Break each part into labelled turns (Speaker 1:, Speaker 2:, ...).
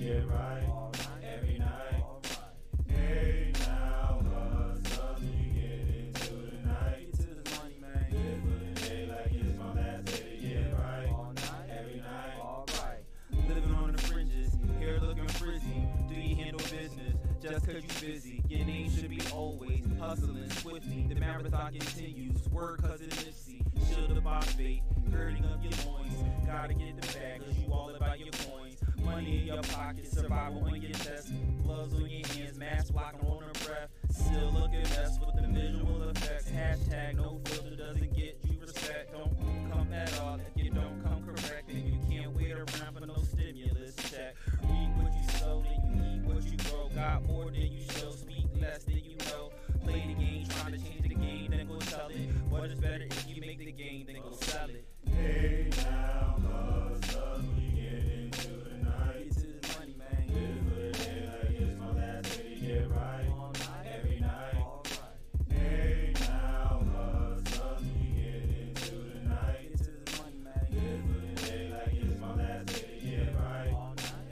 Speaker 1: it right every night. Hey now, hustle, you get into the night. Live for the day like it's my last day to get right every night. Living on the fringes, hair looking frizzy. Do you handle business just cause you busy? Your name should be always hustling swiftly. The marathon continues, word cousin Nipsey. Should've bought bait, girding up your loins. Gotta get the bag cause you all about your coins. Money in your pocket, survival on your chest. Gloves on your hands, mask blocking on the breath. Still looking mess with the visual effects. Hashtag no filter doesn't get you respect. Don't come at all if you don't come correct. And you can't wait around for no stimulus check. Read what you sow, then you eat what you grow. Got more than you show, speak less than you know. Play the game, trying to change the game, then go sell it. What is better if you make the game, then go sell it. Hey now, hustle, you get into the night. Get to the money, man. Live for the day like it's my last day to get right. Every night. Hey now, hustle, you get into the night. Get to the money, man. Live for the day like it's my last day to get right.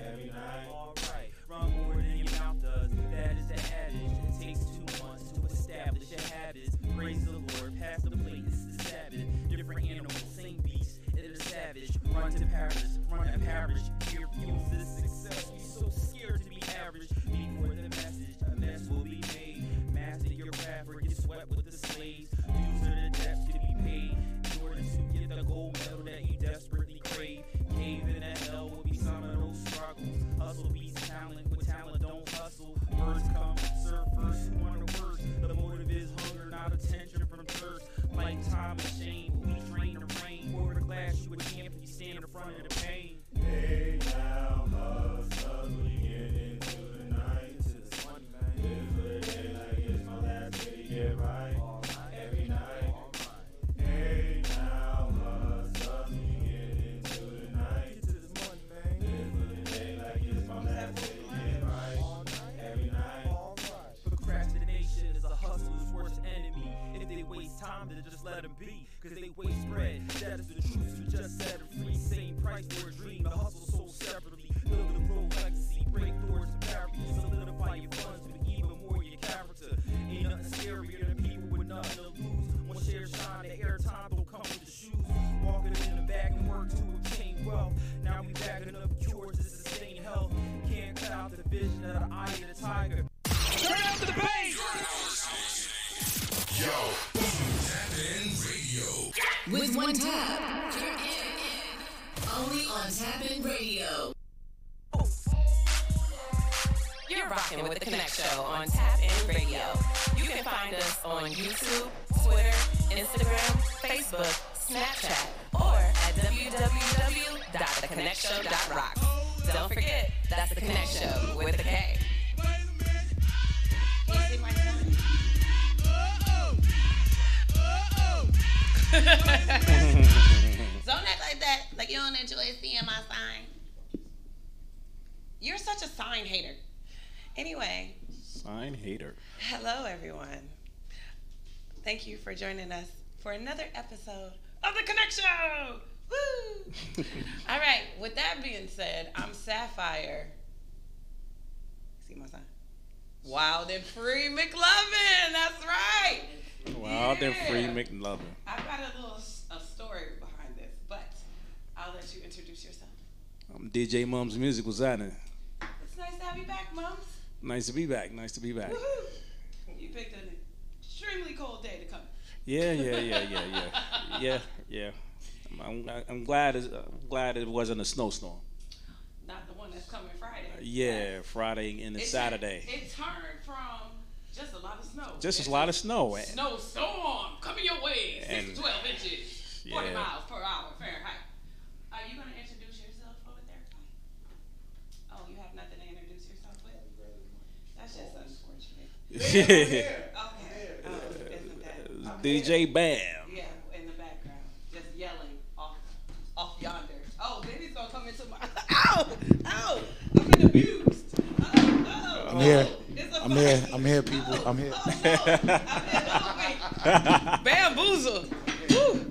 Speaker 1: Every night. Alright, run more than your mouth does. That is the adage. It takes two months to establish your habits. Praise the Lord, pass the plate, it's the Sabbath. Different animals, same beast, it is savage. Run to Paris, run to Paris. Fear fuels this success. We so scared to be average. Before the message, a mess will be made. Master your craft or get swept with the slaves. Dues are the debts to be paid. In order to get the gold medal that you desperately crave. Cave in the hell will be some of those struggles. Hustle beats talent, with talent don't hustle. Words come, serve first, who want the worst? The motive is hunger, not attention from thirst. Like time and shame, but we train the rain. Forward glass, you a champ if you stand in front of the pain. Hey now, hustle, you get into the night. Live for the day like it's my last day to get right. Every night. Hey now, hustle, you get into the night. Live for the day like it's my last day to get right. Every night. Procrastination is a hustler's worst enemy. If they waste time, then just let them be. Cause they waste bread. That is the truth, so just set them free. Same price for a dream, the hustle sold separately. Build a road legacy, break doors and barriers. Solidify your funds, but even more your character. Ain't nothing scarier than people with nothing to lose. One share shine, the airtime don't come with the shoes. Walking in the bag and work to obtain wealth. Now we bagging up cures to sustain health. Can't cloud the vision of the eye of the tiger.
Speaker 2: Yo, boom, tap in radio.
Speaker 3: With one tap, you're in. Only on Tap In Radio.
Speaker 4: You're rocking with the Connect Show on Tap In Radio. You can find us on YouTube, Twitter, Instagram, Facebook, Snapchat, or at www.theconnectshow.rocks. Don't forget, that's the Connect Show with a K.
Speaker 5: Don't act like that. Like you don't enjoy seeing my sign. You're such a sign hater. Anyway,
Speaker 6: Sign hater.
Speaker 5: hello everyone. Thank you for joining us for another episode of the Connect Show. Woo! All right. With that being said, I'm Sapphire. See my sign. Wild and free McLovin. That's right.
Speaker 6: Wow, then free
Speaker 5: Yeah.
Speaker 6: McLovin.
Speaker 5: I've got a little s- a story behind this, but I'll let you introduce yourself.
Speaker 6: I'm DJ Mum's Music. What's happening?
Speaker 5: It's nice to have you back, Mums.
Speaker 6: Nice to be back. Nice to be back.
Speaker 5: Woohoo! You picked an extremely cold day to come.
Speaker 6: Yeah, yeah, yeah, yeah, yeah, yeah, yeah. I'm, I'm, I'm glad. it's- I'm glad it wasn't a snowstorm.
Speaker 5: Not the one that's coming Friday.
Speaker 6: Yeah, Friday and then
Speaker 5: It
Speaker 6: Saturday.
Speaker 5: tur- it turned from just a lot of snow.
Speaker 6: Just a lot of snow.
Speaker 5: of snowstorm coming your way. Six
Speaker 6: And-
Speaker 5: to twelve inches, forty
Speaker 6: Yeah.
Speaker 5: miles per hour Fahrenheit. Are you gonna introduce yourself over there? Oh, you have nothing to introduce yourself with. That's just unfortunate.
Speaker 6: DJ
Speaker 5: Okay. Oh, isn't that?
Speaker 6: Bam.
Speaker 5: Yeah, in the background, just yelling off, off yonder. Oh, baby's gonna come into my. Ow! Ow! I'm getting abused. Oh, oh,
Speaker 7: I'm here.
Speaker 5: It's a
Speaker 7: I'm here.
Speaker 5: fight.
Speaker 7: I'm here, people. I'm here.
Speaker 5: Oh, no. I'm here. Oh, wait. Bamboozled. Woo!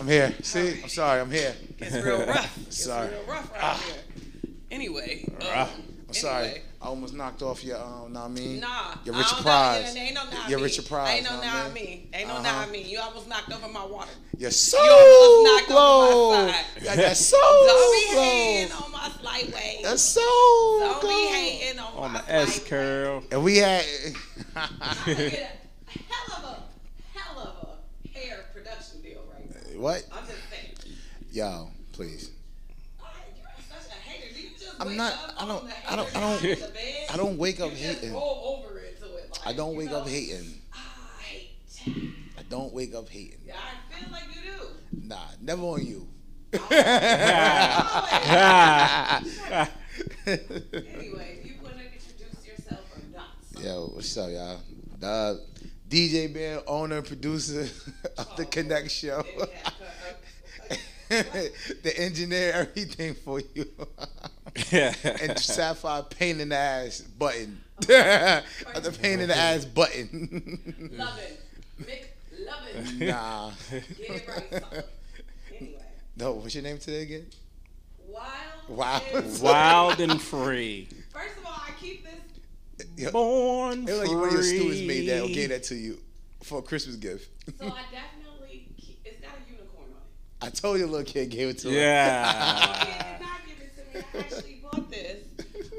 Speaker 7: I'm here. See, I'm sorry. I'm here.
Speaker 5: It's real rough. It's
Speaker 7: Sorry.
Speaker 5: real rough right here. anyway. Um,
Speaker 7: Ah. I'm sorry.
Speaker 5: anyway.
Speaker 7: I almost knocked off your, um, know what I mean?
Speaker 5: Nah,
Speaker 7: Your
Speaker 5: I
Speaker 7: Richard
Speaker 5: don't know.
Speaker 7: Pryor.
Speaker 5: Yeah, ain't no nah
Speaker 7: Your
Speaker 5: me.
Speaker 7: Richard Pryor.
Speaker 5: Ain't no
Speaker 7: know what I
Speaker 5: nah
Speaker 7: mean?
Speaker 5: me. Ain't no
Speaker 7: Uh-huh.
Speaker 5: nah me. You almost knocked over my water.
Speaker 7: You're so
Speaker 5: almost knocked over
Speaker 7: glow.
Speaker 5: my side.
Speaker 7: You're so
Speaker 5: Don't be
Speaker 7: glow.
Speaker 5: hating on my slight ways.
Speaker 7: That's so
Speaker 5: Don't be
Speaker 7: glow.
Speaker 5: hating on,
Speaker 6: on
Speaker 5: my
Speaker 6: the S
Speaker 5: slight
Speaker 6: curl.
Speaker 7: And we had.
Speaker 5: ways. I get a hell of a hell of a hair production deal right now.
Speaker 7: what?
Speaker 5: I'm just saying.
Speaker 7: Yo, please.
Speaker 5: All right, you're such a hater. Do you just
Speaker 7: I'm
Speaker 5: wake
Speaker 7: not-
Speaker 5: up
Speaker 7: I don't-
Speaker 5: on the
Speaker 7: I don't- I
Speaker 5: hater
Speaker 7: don't-
Speaker 5: side of the bed?
Speaker 7: I don't wake up
Speaker 5: You just
Speaker 7: hating.
Speaker 5: roll over into it, like,
Speaker 7: I don't
Speaker 5: you
Speaker 7: wake
Speaker 5: know,
Speaker 7: up hating.
Speaker 5: I hate
Speaker 7: I don't wake up hating.
Speaker 5: you. I feel like you do.
Speaker 7: Nah, never on you.
Speaker 5: Anyway, if you want to introduce yourself or not.
Speaker 7: Yo, what's up, y'all? Dub, DJ Ben, owner, and producer of the Connect Show. the engineer, everything for you. and Sapphire pain in the ass button. the pain in the ass button.
Speaker 5: Lovin'. Mick Lovin'.
Speaker 7: nah.
Speaker 5: Get it right. son. Anyway.
Speaker 7: No, what's your name today again?
Speaker 5: Wild.
Speaker 7: Wow.
Speaker 5: is-
Speaker 6: Wild and free.
Speaker 5: First of all, I keep this.
Speaker 7: Yo,
Speaker 6: Born
Speaker 7: it
Speaker 6: free.
Speaker 7: was like one of your students made that or gave that to you for a Christmas gift.
Speaker 5: So I definitely. Keep, it's got a unicorn on it.
Speaker 7: I told you, little kid gave it to
Speaker 6: Yeah.
Speaker 5: Kid did not give it to me. I actually bought this.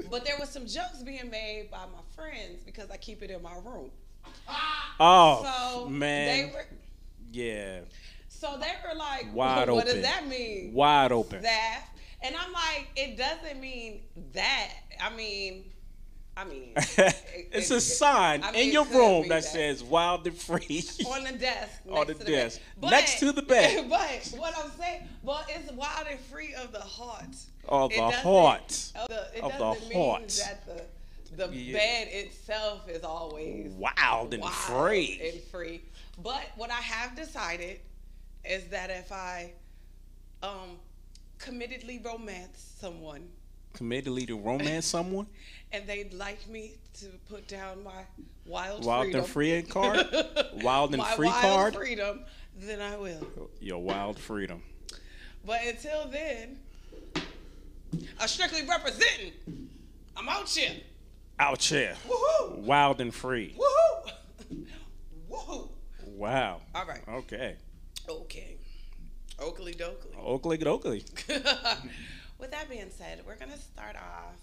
Speaker 5: But there was some jokes being made by my friends because I keep it in my room.
Speaker 6: Oh
Speaker 5: So
Speaker 6: man,
Speaker 5: they were
Speaker 6: yeah,
Speaker 5: so they were like,
Speaker 6: Wide
Speaker 5: what
Speaker 6: open.
Speaker 5: does that mean?
Speaker 6: wide open.
Speaker 5: That and I'm like, it doesn't mean that. I mean, I mean,
Speaker 6: it's a sign
Speaker 5: I mean,
Speaker 6: in
Speaker 5: it
Speaker 6: your
Speaker 5: could
Speaker 6: room
Speaker 5: be
Speaker 6: that,
Speaker 5: that.
Speaker 6: says "wild and free."
Speaker 5: on the desk.
Speaker 6: On
Speaker 5: next
Speaker 6: the
Speaker 5: to
Speaker 6: desk.
Speaker 5: bed.
Speaker 6: Next to the bed.
Speaker 5: But what I'm saying, well, it's wild and free of the heart.
Speaker 6: Of
Speaker 5: It
Speaker 6: the
Speaker 5: doesn't-
Speaker 6: heart.
Speaker 5: Of the, it
Speaker 6: Of the
Speaker 5: doesn't
Speaker 6: heart.
Speaker 5: mean that the the
Speaker 6: Yeah.
Speaker 5: bed itself is always
Speaker 6: Wild and
Speaker 5: wild
Speaker 6: free.
Speaker 5: and free. But what I have decided is that if I um committedly romance someone
Speaker 6: Committedly to romance someone.
Speaker 5: and they'd like me to put down my wild,
Speaker 6: Wild
Speaker 5: freedom,
Speaker 6: and free card. Wild and
Speaker 5: my
Speaker 6: free
Speaker 5: wild
Speaker 6: card.
Speaker 5: freedom, then I will.
Speaker 6: Your wild freedom.
Speaker 5: But until then, I'm strictly representing. I'm out here.
Speaker 6: Out here.
Speaker 5: Woohoo!
Speaker 6: Wild and free.
Speaker 5: Woohoo! Woohoo!
Speaker 6: Wow.
Speaker 5: All right.
Speaker 6: Okay.
Speaker 5: Okay. Oakley dokley.
Speaker 6: Oakley, Oakley. Oh.
Speaker 5: with that being said, we're going to start off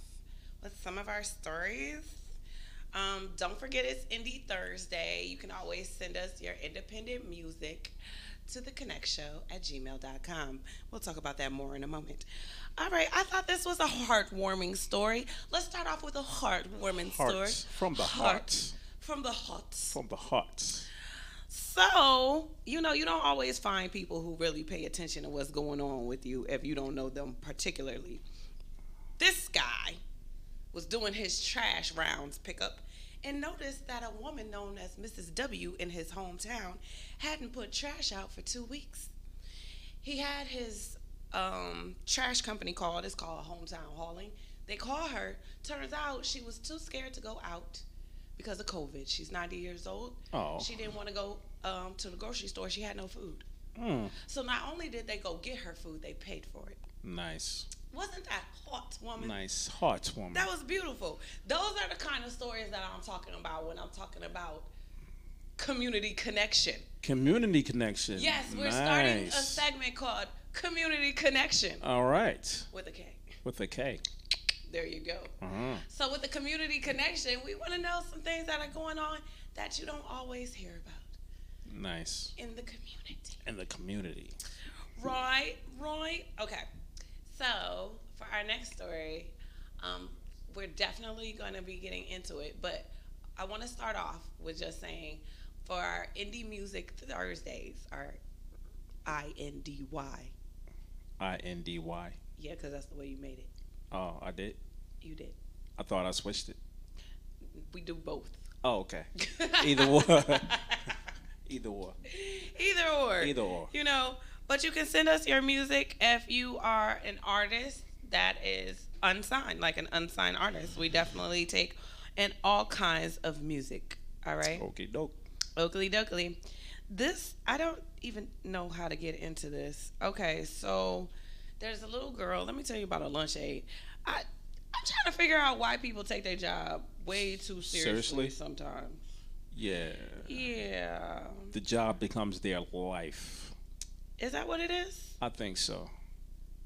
Speaker 5: with some of our stories. Um, don't forget it's Indie Thursday. You can always send us your independent music to the connect show at gmail.com. We'll talk about that more in a moment. All right, I thought this was a heartwarming story. Let's start off with a heartwarming story.
Speaker 6: Hearts from the heart.
Speaker 5: From the heart.
Speaker 6: From the heart.
Speaker 5: So, you know, you don't always find people who really pay attention to what's going on with you if you don't know them particularly. This guy was doing his trash rounds pickup and noticed that a woman known as Mrs. W in his hometown hadn't put trash out for two weeks. He had his um, trash company called, it's called Hometown Hauling. They call her. Turns out she was too scared to go out because of COVID. She's 90 years old.
Speaker 6: Oh.
Speaker 5: She didn't want to go um, to the grocery store. She had no food.
Speaker 6: Mm.
Speaker 5: So not only did they go get her food, they paid for it.
Speaker 6: Nice.
Speaker 5: Wasn't that hot, woman?
Speaker 6: Nice heart woman.
Speaker 5: That was beautiful. Those are the kind of stories that I'm talking about when I'm talking about community connection.
Speaker 6: Community connection.
Speaker 5: Yes, we're
Speaker 6: nice.
Speaker 5: starting a segment called Community Connection
Speaker 6: All right.
Speaker 5: with a K.
Speaker 6: With a K.
Speaker 5: There you go.
Speaker 6: Uh-huh.
Speaker 5: So, with the community connection, we want to know some things that are going on that you don't always hear about
Speaker 6: Nice.
Speaker 5: in the community.
Speaker 6: And the community.
Speaker 5: Right, right. Okay. So for our next story, um, we're definitely going to be getting into it, but I want to start off with just saying for our Indie Music Thursdays, our I N D Y.
Speaker 6: I N D Y.
Speaker 5: Yeah, because that's the way you made it.
Speaker 6: Oh, I did.
Speaker 5: You did.
Speaker 6: I thought I switched it.
Speaker 5: We do both.
Speaker 6: Oh, okay. Either one. Either one.
Speaker 5: Either or.
Speaker 6: Either or.
Speaker 5: You know, but you can send us your music if you are an artist that is unsigned, like an unsigned artist. We definitely take in all kinds of music. All right.
Speaker 6: Okay, dope.
Speaker 5: Oakley dokley. This I don't even know how to get into this. Okay, so there's a little girl. Let me tell you about a lunch aid. I I'm trying to figure out why people take their job way too seriously,
Speaker 6: Seriously?
Speaker 5: sometimes.
Speaker 6: Yeah.
Speaker 5: Yeah.
Speaker 6: The job becomes their life.
Speaker 5: Is that what it is?
Speaker 6: I think so.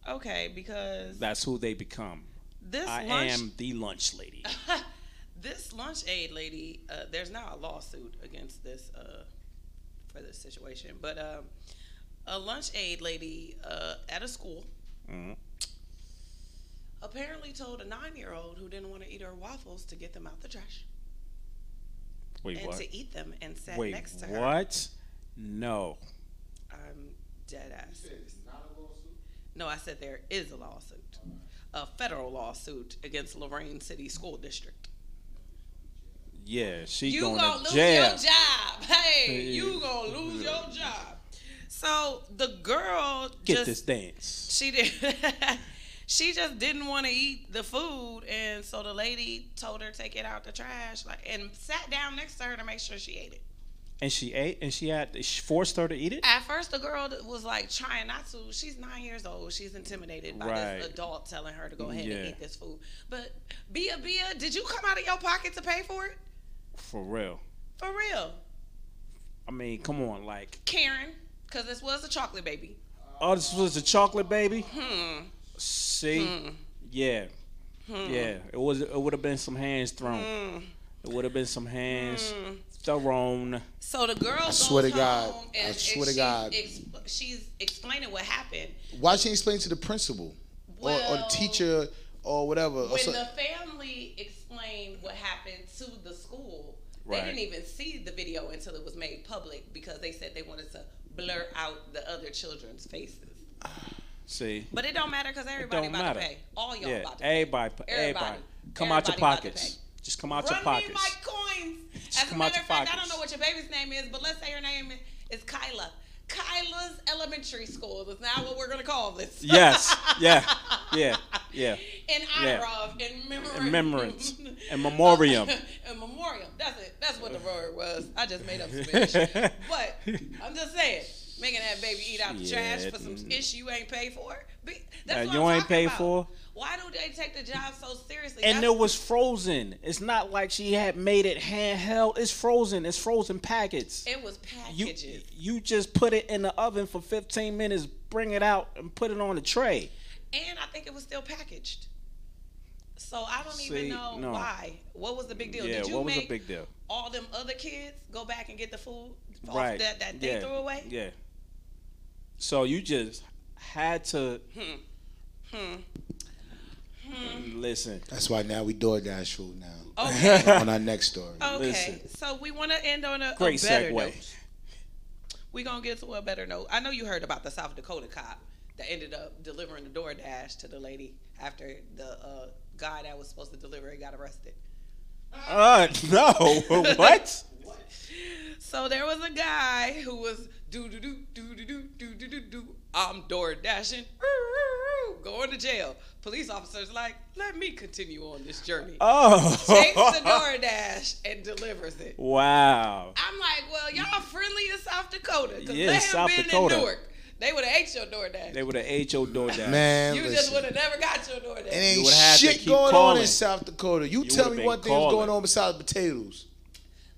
Speaker 5: Okay, because
Speaker 6: That's who they become.
Speaker 5: this
Speaker 6: I
Speaker 5: lunch
Speaker 6: am the lunch lady.
Speaker 5: this lunch aid lady, uh, there's now a lawsuit against this uh, for this situation, but um, a lunch aid lady uh, at a school
Speaker 6: Mhm.
Speaker 5: apparently told a nine-year-old who didn't want to eat her waffles to get them out the trash
Speaker 6: Wait,
Speaker 5: and
Speaker 6: what?
Speaker 5: to eat them, and sat
Speaker 6: Wait,
Speaker 5: next to her.
Speaker 6: what? No.
Speaker 5: I'm dead ass. serious. No, I said there is a lawsuit, a federal lawsuit against Lorraine City School District.
Speaker 6: Yeah, she
Speaker 5: you
Speaker 6: going
Speaker 5: gonna
Speaker 6: to
Speaker 5: lose your
Speaker 6: jail.
Speaker 5: job. Hey,
Speaker 6: Hey.
Speaker 5: you gonna lose your job. So the girl
Speaker 6: Get
Speaker 5: just
Speaker 6: this dance.
Speaker 5: she did she just didn't want to eat the food and so the lady told her take it out the trash like and sat down next to her to make sure she ate it.
Speaker 6: And she ate, and she had she forced her to eat it.
Speaker 5: At first the girl was like trying not to. She's 9 years old. She's intimidated by this
Speaker 6: Right.
Speaker 5: adult telling her to go ahead and
Speaker 6: Yeah.
Speaker 5: eat this food. But Bia Bia, did you come out of your pocket to pay for it?
Speaker 6: For real.
Speaker 5: For real.
Speaker 6: I mean, come on, like,
Speaker 5: Karen, cuz this was a chocolate baby.
Speaker 6: oh, this was a chocolate baby. See, yeah, yeah. It was. It would have been some hands thrown. It would have been some hands thrown.
Speaker 5: So the girl. I
Speaker 7: swear to God. I swear to God.
Speaker 5: she's explaining what happened.
Speaker 7: Why she explain to the principal or, or the
Speaker 5: Well,
Speaker 7: teacher or whatever? Or
Speaker 5: When
Speaker 7: Oh, so-
Speaker 5: the family explained what happened to the school,
Speaker 6: Right.
Speaker 5: they didn't even see the video until it was made public because they said they wanted to blur out the other children's faces.
Speaker 6: See,
Speaker 5: But it don't matter because everybody
Speaker 6: don't
Speaker 5: about
Speaker 6: matter.
Speaker 5: to pay. All y'all
Speaker 6: yeah.
Speaker 5: about to pay.
Speaker 6: Everybody, everybody,
Speaker 5: Everybody.
Speaker 6: come out your
Speaker 5: Everybody about to
Speaker 6: pockets.
Speaker 5: pay.
Speaker 6: Just come out
Speaker 5: Run
Speaker 6: your pockets.
Speaker 5: me my coins. As a
Speaker 6: come out
Speaker 5: matter
Speaker 6: your
Speaker 5: of fact, I
Speaker 6: pockets.
Speaker 5: don't know what your baby's name is, but let's say her name is Kyla. Kyla's elementary school is now what we're gonna call this.
Speaker 6: yes. Yeah. Yeah. Yeah.
Speaker 5: in honor
Speaker 6: Yeah.
Speaker 5: of, in memory,
Speaker 6: In memorance. In memoriam. Uh.
Speaker 5: in memoriam. That's it. That's what the word was. I just made up Spanish, but I'm just saying, making that baby eat out the
Speaker 6: Yeah,
Speaker 5: trash for some
Speaker 6: mm.
Speaker 5: ish you ain't paid for. Be- That's
Speaker 6: That
Speaker 5: what
Speaker 6: you
Speaker 5: I'm
Speaker 6: ain't
Speaker 5: talking
Speaker 6: paid
Speaker 5: about.
Speaker 6: for.
Speaker 5: Why do they take the job so seriously?
Speaker 6: And
Speaker 5: That's-
Speaker 6: it was frozen. It's not like she had made it handheld. It's frozen. It's frozen packets.
Speaker 5: it was
Speaker 6: you
Speaker 5: packages.
Speaker 6: you just put it in the oven for 15 minutes, bring it out, and put it on the tray.
Speaker 5: and I think it was still packaged. So I don't
Speaker 6: See,
Speaker 5: even know
Speaker 6: no.
Speaker 5: why. What was the big deal?
Speaker 6: yeah,
Speaker 5: Did you
Speaker 6: what was
Speaker 5: make
Speaker 6: the big deal?
Speaker 5: all them other kids go back and get the food off
Speaker 6: Right.
Speaker 5: that, that they
Speaker 6: yeah.
Speaker 5: threw away?
Speaker 6: Yeah. So you just had to.
Speaker 5: Hmm.
Speaker 6: Listen,
Speaker 7: That's why now we DoorDash food now.
Speaker 5: Okay. Oh,
Speaker 7: on our next story.
Speaker 5: okay.
Speaker 6: Listen.
Speaker 5: So we want to end on a, a
Speaker 6: great
Speaker 5: better
Speaker 6: segue.
Speaker 5: note. We're going to get to a better note. I know you heard about the South Dakota cop that ended up delivering the DoorDash to the lady after the uh, guy that was supposed to deliver it got arrested.
Speaker 6: Uh, no, what?
Speaker 5: So there was a guy who was do do do do do do do do do do. I'm door dashing, going to jail. Police officers like, let me continue on this journey.
Speaker 6: Oh,
Speaker 5: Takes the door dash and delivers it.
Speaker 6: wow.
Speaker 5: I'm like, well, y'all friendly in South Dakota because
Speaker 6: Yeah,
Speaker 5: they have
Speaker 6: South
Speaker 5: been
Speaker 6: Dakota.
Speaker 5: in Newark. They would have ate your door dash.
Speaker 6: They would have ate your door down.
Speaker 7: Man,
Speaker 5: You just
Speaker 7: listen.
Speaker 5: would have never got your door
Speaker 7: It
Speaker 5: dash.
Speaker 7: ain't
Speaker 6: would have to
Speaker 7: shit
Speaker 6: keep
Speaker 7: going on
Speaker 6: calling.
Speaker 7: in South Dakota. You,
Speaker 6: You
Speaker 7: tell
Speaker 6: would've
Speaker 7: me
Speaker 6: been
Speaker 7: what thing's
Speaker 6: calling.
Speaker 7: going on besides potatoes.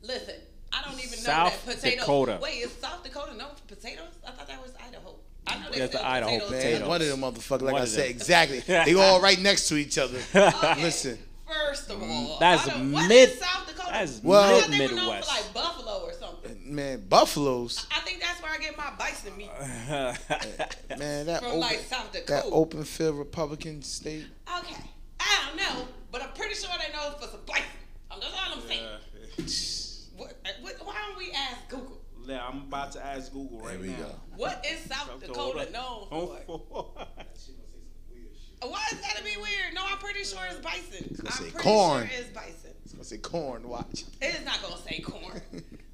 Speaker 5: Listen, I don't even know
Speaker 6: South
Speaker 5: that potatoes.
Speaker 6: Dakota.
Speaker 5: Wait, is South Dakota known for potatoes? I thought that was Idaho. I know they
Speaker 6: That's
Speaker 5: sell
Speaker 6: the Idaho
Speaker 5: potatoes.
Speaker 7: Man,
Speaker 6: Potatoes.
Speaker 7: one of them motherfuckers, like
Speaker 6: One
Speaker 7: I
Speaker 6: of
Speaker 7: said,
Speaker 6: them.
Speaker 7: exactly. They all right next to each other.
Speaker 5: Okay,
Speaker 7: Listen.
Speaker 5: First of all,
Speaker 6: Mm, that's
Speaker 5: I don't-
Speaker 6: mid-
Speaker 5: what is South Dakota?
Speaker 6: that's
Speaker 5: I
Speaker 7: Well-
Speaker 5: thought they were known
Speaker 6: mid-Midwest.
Speaker 5: for like Buffalo or something.
Speaker 7: Man, buffaloes.
Speaker 5: I think that's where I get my bison meat
Speaker 7: Man, that
Speaker 5: from,
Speaker 7: open,
Speaker 5: like South
Speaker 7: that
Speaker 5: Dakota.
Speaker 7: open field Republican state.
Speaker 5: okay, I don't know, but I'm pretty sure they know for some bison. Um, That's all I'm saying. What, uh, what, why don't we ask Google?
Speaker 6: Yeah, I'm about to ask Google right
Speaker 7: There we go.
Speaker 5: What is South Dakota Oh, known for? Why is that to be weird? No, I'm pretty sure it's bison. I'm
Speaker 7: say
Speaker 5: pretty
Speaker 7: corn.
Speaker 5: sure it's bison.
Speaker 7: I said corn. Watch.
Speaker 5: It is not gonna say corn.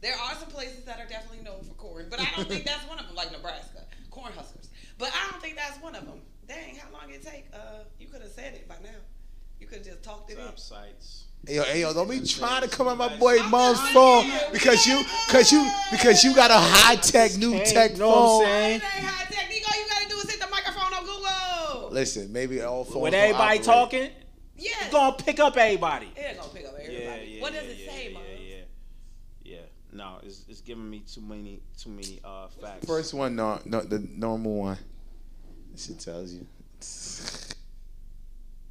Speaker 5: there are some places that are definitely known for corn, but I don't think that's one of them, like Nebraska, corn huskers. But I don't think that's one of them. Dang, how long it take? Uh, you could have said it by now. You could have just talked it in.
Speaker 1: sites.
Speaker 7: Hey yo, hey yo, don't be trying to come on my boy mom's phone because you, because you, because you got a high tech, new tech
Speaker 6: you know what I'm
Speaker 7: phone.
Speaker 6: saying?
Speaker 5: It ain't high tech. Nico, you gotta do is hit the microphone on Google.
Speaker 7: Listen, maybe all phones.
Speaker 6: When
Speaker 7: don't
Speaker 6: everybody
Speaker 7: operate.
Speaker 6: talking,
Speaker 5: Yeah.
Speaker 6: gonna pick up everybody.
Speaker 5: They're gonna pick up everybody. what does it say, Mom?
Speaker 6: Yeah, yeah, yeah. No, it's it's giving me too many too many uh facts.
Speaker 7: First one, no, no, the normal one. This shit tells you.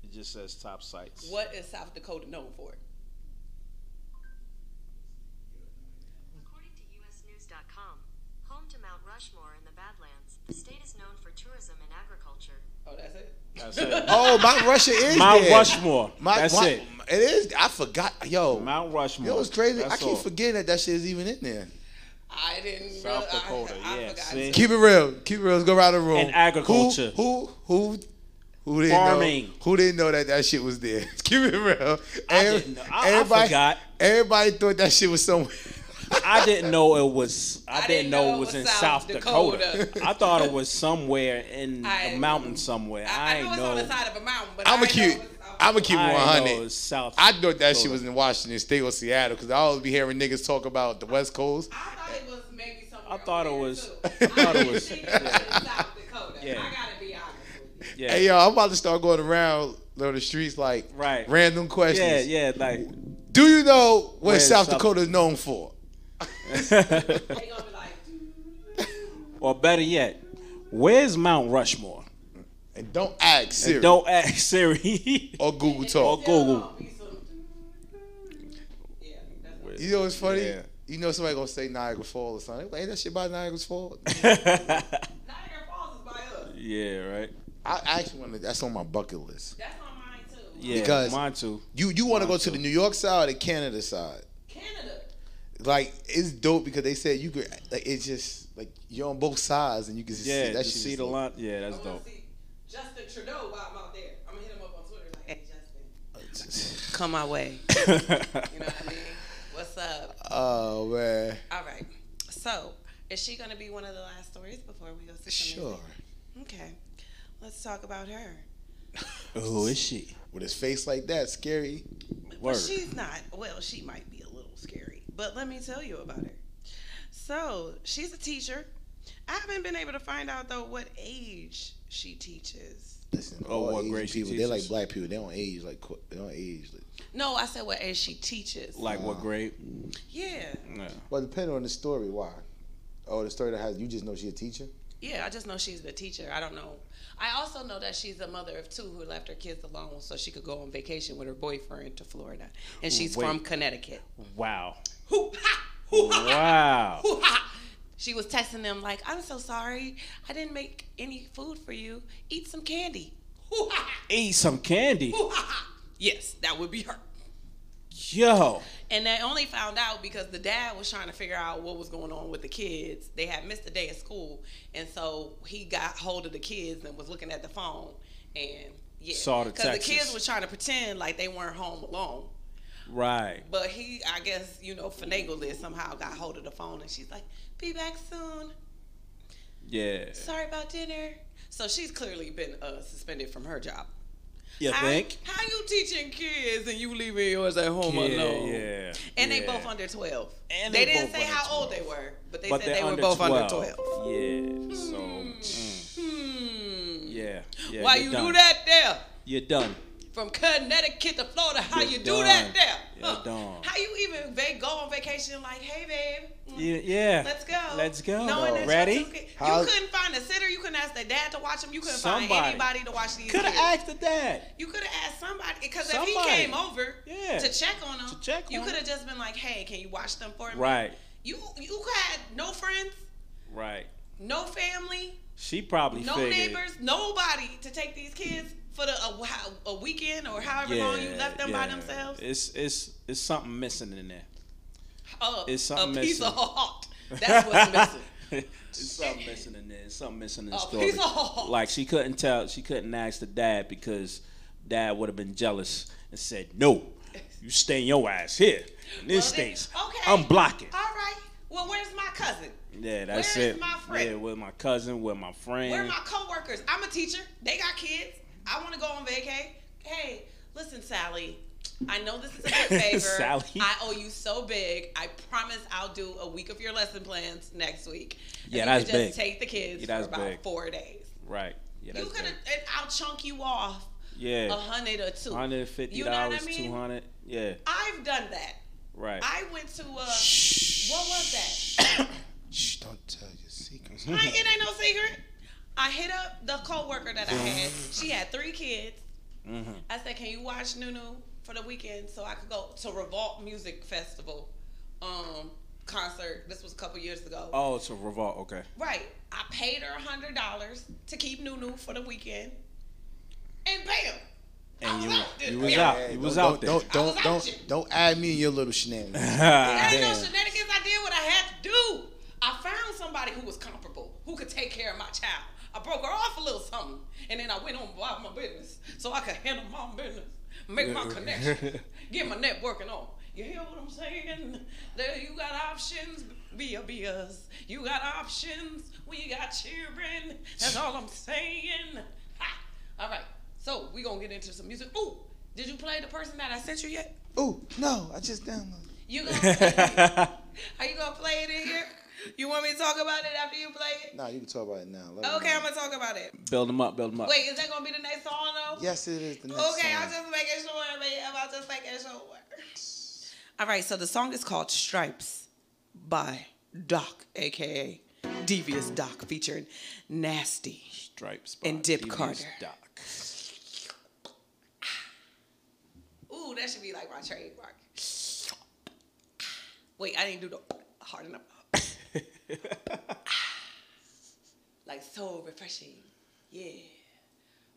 Speaker 6: it just says top sites.
Speaker 5: What is South Dakota known for?
Speaker 8: According to USNews.com, home to Mount Rushmore in the Badlands, the state is known for tourism and agriculture.
Speaker 5: Oh, that's it.
Speaker 6: That's it.
Speaker 7: Oh, Mount Russia is
Speaker 6: Mount
Speaker 7: there.
Speaker 6: Rushmore.
Speaker 7: My-
Speaker 6: That's
Speaker 7: my-
Speaker 6: it.
Speaker 7: It is. I forgot. Yo,
Speaker 6: Mount Rushmore.
Speaker 7: yo, it's crazy.
Speaker 6: That's
Speaker 7: I keep
Speaker 6: all.
Speaker 7: forgetting that that shit is even in there.
Speaker 5: I didn't.
Speaker 6: South
Speaker 5: real- I-
Speaker 6: Dakota,
Speaker 5: I,
Speaker 6: yeah,
Speaker 5: forgot
Speaker 6: see?
Speaker 5: too.
Speaker 7: Keep it real. Keep it real. Let's go around the room.
Speaker 6: And agriculture.
Speaker 7: Who, who, who, who didn't
Speaker 6: Farming.
Speaker 7: know? Who didn't know that that shit was there? Keep it real.
Speaker 6: I
Speaker 7: Every-
Speaker 6: didn't know. I- I forgot.
Speaker 7: Everybody thought that shit was somewhere.
Speaker 6: I didn't know it was. I,
Speaker 5: I
Speaker 6: didn't know it was in South Dakota.
Speaker 5: Dakota.
Speaker 6: I thought it was somewhere in
Speaker 5: I-
Speaker 6: the mountain somewhere. I,
Speaker 5: I, I
Speaker 6: ain't
Speaker 5: know it's on the side of a mountain, but I
Speaker 7: I'm a
Speaker 5: ain't know
Speaker 7: cute.
Speaker 5: it's South
Speaker 7: I'm a keep it
Speaker 6: I ain't know it
Speaker 7: 100.
Speaker 6: was South.
Speaker 7: I thought that shit
Speaker 6: Dakota.
Speaker 7: was in Washington State or Seattle because I always be hearing niggas talk about the West Coast.
Speaker 5: I thought it was maybe somewhere.
Speaker 6: I thought
Speaker 5: over
Speaker 6: it
Speaker 5: there,
Speaker 6: was-
Speaker 5: too.
Speaker 6: I thought it was-
Speaker 5: didn't think
Speaker 6: yeah.
Speaker 5: it was in South Dakota.
Speaker 6: Yeah.
Speaker 5: I gotta be honest with you.
Speaker 6: Yeah.
Speaker 7: Hey, yo, I'm about to start going around on the streets like
Speaker 6: Right.
Speaker 7: random questions.
Speaker 6: yeah, yeah, like
Speaker 7: Do you know what
Speaker 6: Where is
Speaker 7: South
Speaker 6: South-
Speaker 7: Dakota is known for?
Speaker 5: They gonna be like,
Speaker 6: or better yet, where's Mount Rushmore?
Speaker 7: And don't ask Siri
Speaker 6: Don't ask Siri
Speaker 7: or Google Talk.
Speaker 6: or Google.
Speaker 5: be some. Yeah, that's what
Speaker 7: You know what's funny?
Speaker 6: Yeah.
Speaker 7: You know somebody gonna say Niagara Falls or something. Like, Ain't that shit by Niagara Falls?
Speaker 5: Niagara Falls is by us.
Speaker 6: yeah, right.
Speaker 7: I actually want to. That's on my bucket list.
Speaker 5: That's on mine too.
Speaker 6: Yeah,
Speaker 7: Because-
Speaker 6: mine too.
Speaker 7: You you want to go to the New York side or the Canada side?
Speaker 5: Canada.
Speaker 7: Like it's dope because they said you could. Like it's just like you're on both sides and you can just
Speaker 6: Yeah,
Speaker 7: see
Speaker 6: to
Speaker 7: that shit.
Speaker 6: see
Speaker 7: is
Speaker 6: the
Speaker 7: dope.
Speaker 6: line. Yeah, that's
Speaker 5: I wanna
Speaker 6: dope.
Speaker 5: see Justin Trudeau while I'm out there. I'm gonna hit him up on Twitter like, hey Justin, come my way. You know what I mean? What's up?
Speaker 7: Oh man,
Speaker 5: All right. So, is she going to be one of the last stories before we go to the
Speaker 7: sure.
Speaker 5: Okay. Let's talk about her.
Speaker 6: Who is she?
Speaker 7: With his face like that, scary.
Speaker 6: Word.
Speaker 5: Well, she's not. Well, she might be a little scary, but let me tell you about her. So, she's a teacher. I haven't been able to find out though what age she teaches.
Speaker 7: Listen,
Speaker 6: Oh,
Speaker 7: all
Speaker 6: what
Speaker 7: Asian
Speaker 6: grade she
Speaker 7: people, they like
Speaker 6: teaches?
Speaker 7: black people. They don't age like qu- they don't age. Like,
Speaker 5: No, I said what age she teaches.
Speaker 6: Like what grade?
Speaker 5: yeah,
Speaker 6: Yeah.
Speaker 7: well, depending on the story, why? Oh, the story that has you just know she's a teacher.
Speaker 5: yeah. I just know she's the teacher. I don't know. I also know that she's a mother of two who left her kids alone so she could go on vacation with her boyfriend to Florida, and she's
Speaker 6: Wait.
Speaker 5: from Connecticut.
Speaker 6: Wow.
Speaker 5: Hoo ha! Hoo ha!
Speaker 6: Wow.
Speaker 5: Hoo ha! She was texting them like, "I'm so sorry, I didn't make any food for you. Eat some candy." Hoo ha!
Speaker 6: Eat some candy.
Speaker 5: Hoo ha! Yes, that would be her.
Speaker 6: Yo.
Speaker 5: And they only found out because the dad was trying to figure out what was going on with the kids. They had missed a day of school, and so he got hold of the kids and was looking at the phone and yeah,
Speaker 6: Saw the
Speaker 5: because the
Speaker 6: texts.
Speaker 5: kids were trying to pretend like they weren't home alone.
Speaker 6: Right.
Speaker 5: But he, I guess, you know, finagled it somehow, got hold of the phone, and she's like, be back soon.
Speaker 6: Yeah.
Speaker 5: Sorry about dinner. So she's clearly been uh, suspended from her job.
Speaker 6: You
Speaker 5: How-
Speaker 6: think?
Speaker 5: How, you teaching kids and you leaving yours at home
Speaker 6: Yeah,
Speaker 5: alone?
Speaker 6: yeah,
Speaker 5: And they
Speaker 6: yeah.
Speaker 5: both under 12.
Speaker 6: And
Speaker 5: they,
Speaker 6: they
Speaker 5: didn't
Speaker 6: both
Speaker 5: say
Speaker 6: under
Speaker 5: how old
Speaker 6: 12.
Speaker 5: they were, but they
Speaker 6: But
Speaker 5: said
Speaker 6: they're
Speaker 5: they were
Speaker 6: under
Speaker 5: both
Speaker 6: 12.
Speaker 5: under 12.
Speaker 6: Yeah. So. mm,
Speaker 5: Hmm.
Speaker 6: Yeah. yeah.
Speaker 5: Why
Speaker 6: you're
Speaker 5: you
Speaker 6: done.
Speaker 5: do that there?
Speaker 6: You're done.
Speaker 5: From Connecticut to Florida, how
Speaker 6: You're
Speaker 5: you do that
Speaker 6: done.
Speaker 5: there?
Speaker 6: You're
Speaker 5: Huh.
Speaker 6: done.
Speaker 5: How you even va- go on vacation like, hey, babe?
Speaker 6: Yeah. yeah.
Speaker 5: Let's go.
Speaker 6: Let's go.
Speaker 5: Knowing that
Speaker 6: Ready?
Speaker 5: You, could,
Speaker 7: How-
Speaker 5: you couldn't find a sitter. You couldn't ask the dad to watch them. You couldn't find
Speaker 6: Somebody.
Speaker 5: anybody to watch these.
Speaker 6: Could have
Speaker 5: kids.
Speaker 6: asked the dad.
Speaker 5: You could have asked somebody because if he
Speaker 6: Somebody.
Speaker 5: came over
Speaker 6: Yeah.
Speaker 5: to check on them,
Speaker 6: To check
Speaker 5: you
Speaker 6: on
Speaker 5: could have
Speaker 6: them.
Speaker 5: just been like, "Hey, can you watch them for me?"
Speaker 6: Right.
Speaker 5: You you had no friends,
Speaker 6: Right.
Speaker 5: no family,
Speaker 6: She probably
Speaker 5: no
Speaker 6: figured.
Speaker 5: neighbors, nobody to take these kids for the a, wh- a weekend or however
Speaker 6: Yeah,
Speaker 5: long you left them by
Speaker 6: yeah.
Speaker 5: themselves.
Speaker 6: It's it's it's something missing in there.
Speaker 5: Uh,
Speaker 6: it's
Speaker 5: a
Speaker 6: something
Speaker 5: piece of
Speaker 6: missing.
Speaker 5: heart. That's what's missing.
Speaker 6: it's something missing in there. It's something missing in the
Speaker 5: Oh,
Speaker 6: story.
Speaker 5: he's all-
Speaker 6: Like she couldn't tell. She couldn't ask the dad because dad would have been jealous and said, "No, you stay your ass here in
Speaker 5: Well,
Speaker 6: this
Speaker 5: then-
Speaker 6: states.
Speaker 5: okay.
Speaker 6: I'm blocking."
Speaker 5: All right. Well, where's my cousin?
Speaker 6: yeah, that's
Speaker 5: where
Speaker 6: it.
Speaker 5: is my friend?
Speaker 6: Yeah, with my cousin, with my friend.
Speaker 5: Where are my coworkers? I'm a teacher. They got kids. I want to go on vacay. Hey, listen, Sally. I know this is a big favor.
Speaker 6: Sally.
Speaker 5: I owe you so big. I promise I'll do a week of your lesson plans next week. And
Speaker 6: Yeah,
Speaker 5: you
Speaker 6: that's
Speaker 5: could just
Speaker 6: big.
Speaker 5: Take the kids
Speaker 6: Yeah, that's
Speaker 5: for about
Speaker 6: big.
Speaker 5: four days.
Speaker 6: right. Yeah,
Speaker 5: you
Speaker 6: that's
Speaker 5: could have,
Speaker 6: big.
Speaker 5: and I'll chunk you off
Speaker 6: Yeah.
Speaker 5: a hundred or two.
Speaker 6: Hundred fifty
Speaker 5: You know what I
Speaker 6: dollars,
Speaker 5: mean?
Speaker 6: two hundred. Yeah,
Speaker 5: I've done that.
Speaker 6: right.
Speaker 5: I went to a what was
Speaker 7: Shh, don't tell your secrets.
Speaker 5: that? I, it ain't no secret. I hit up the coworker that I had. She had three kids.
Speaker 6: hmm
Speaker 5: I said, "Can you watch Nunu for the weekend so I could go to Revolt Music Festival um, concert? This was a couple years ago.
Speaker 6: Oh, it's a revolt. Okay.
Speaker 5: Right. I paid her hundred dollars to keep Nunu for the weekend, and bam, I
Speaker 6: And
Speaker 5: was
Speaker 6: you,
Speaker 5: out there.
Speaker 6: you was
Speaker 5: Oh, Yeah.
Speaker 6: out. You was
Speaker 7: don't,
Speaker 6: out there.
Speaker 5: I
Speaker 7: Don't
Speaker 5: was
Speaker 7: don't
Speaker 5: out
Speaker 7: don't,
Speaker 5: there.
Speaker 7: don't, add me in your little shenanigans.
Speaker 5: There ain't no
Speaker 7: Damn.
Speaker 5: shenanigans. I did what I had to do. I found somebody who was comparable, who could take care of my child. I broke her off a little something, and then I went on about my business so I could handle my own business, make my connections, get my networking on. You hear what I'm saying? There, you got options, be a be us. You got options. We got children. That's all I'm saying. Ha! All right. So we gonna get into some music. Ooh, did you play the person that I sent you yet?
Speaker 7: Ooh, no, I just downloaded.
Speaker 5: You gonna play Are you gonna play it in here? You want me to talk about it after you play it?
Speaker 7: Nah, you can talk about it now. Let me
Speaker 5: Okay,
Speaker 7: know.
Speaker 5: I'm gonna talk about it.
Speaker 6: build them up. Build them up.
Speaker 5: Wait, is that gonna be the next song though?
Speaker 7: Yes, it is the next
Speaker 5: Okay,
Speaker 7: song.
Speaker 5: I'll just make it short, man. I'll just make it short. All right, so the song is called Stripes by Doc, aka Devious Doc, featuring Nasty.
Speaker 6: Stripes.
Speaker 5: And
Speaker 6: by
Speaker 5: Dip
Speaker 6: Devious
Speaker 5: Carter.
Speaker 6: Doc.
Speaker 5: Ooh, that should be like my trademark. Wait, I didn't do the hard enough. like so refreshing. Yeah.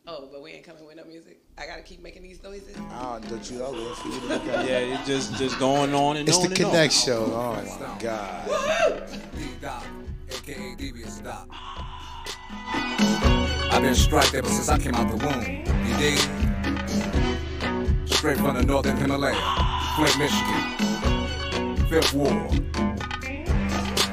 Speaker 5: Oh, but we ain't coming with no music. I gotta keep making these noises.
Speaker 7: Oh, don't you know it for you to look at.
Speaker 6: Yeah, it just just going on and
Speaker 7: It's
Speaker 6: on
Speaker 7: the
Speaker 6: and
Speaker 7: Connect Show. Oh my God.
Speaker 1: Deep Doc, aka Devious Doc. I've been striped ever since I came out the womb. You dig? Straight from the northern Himalaya, Flint, Michigan. Fifth War.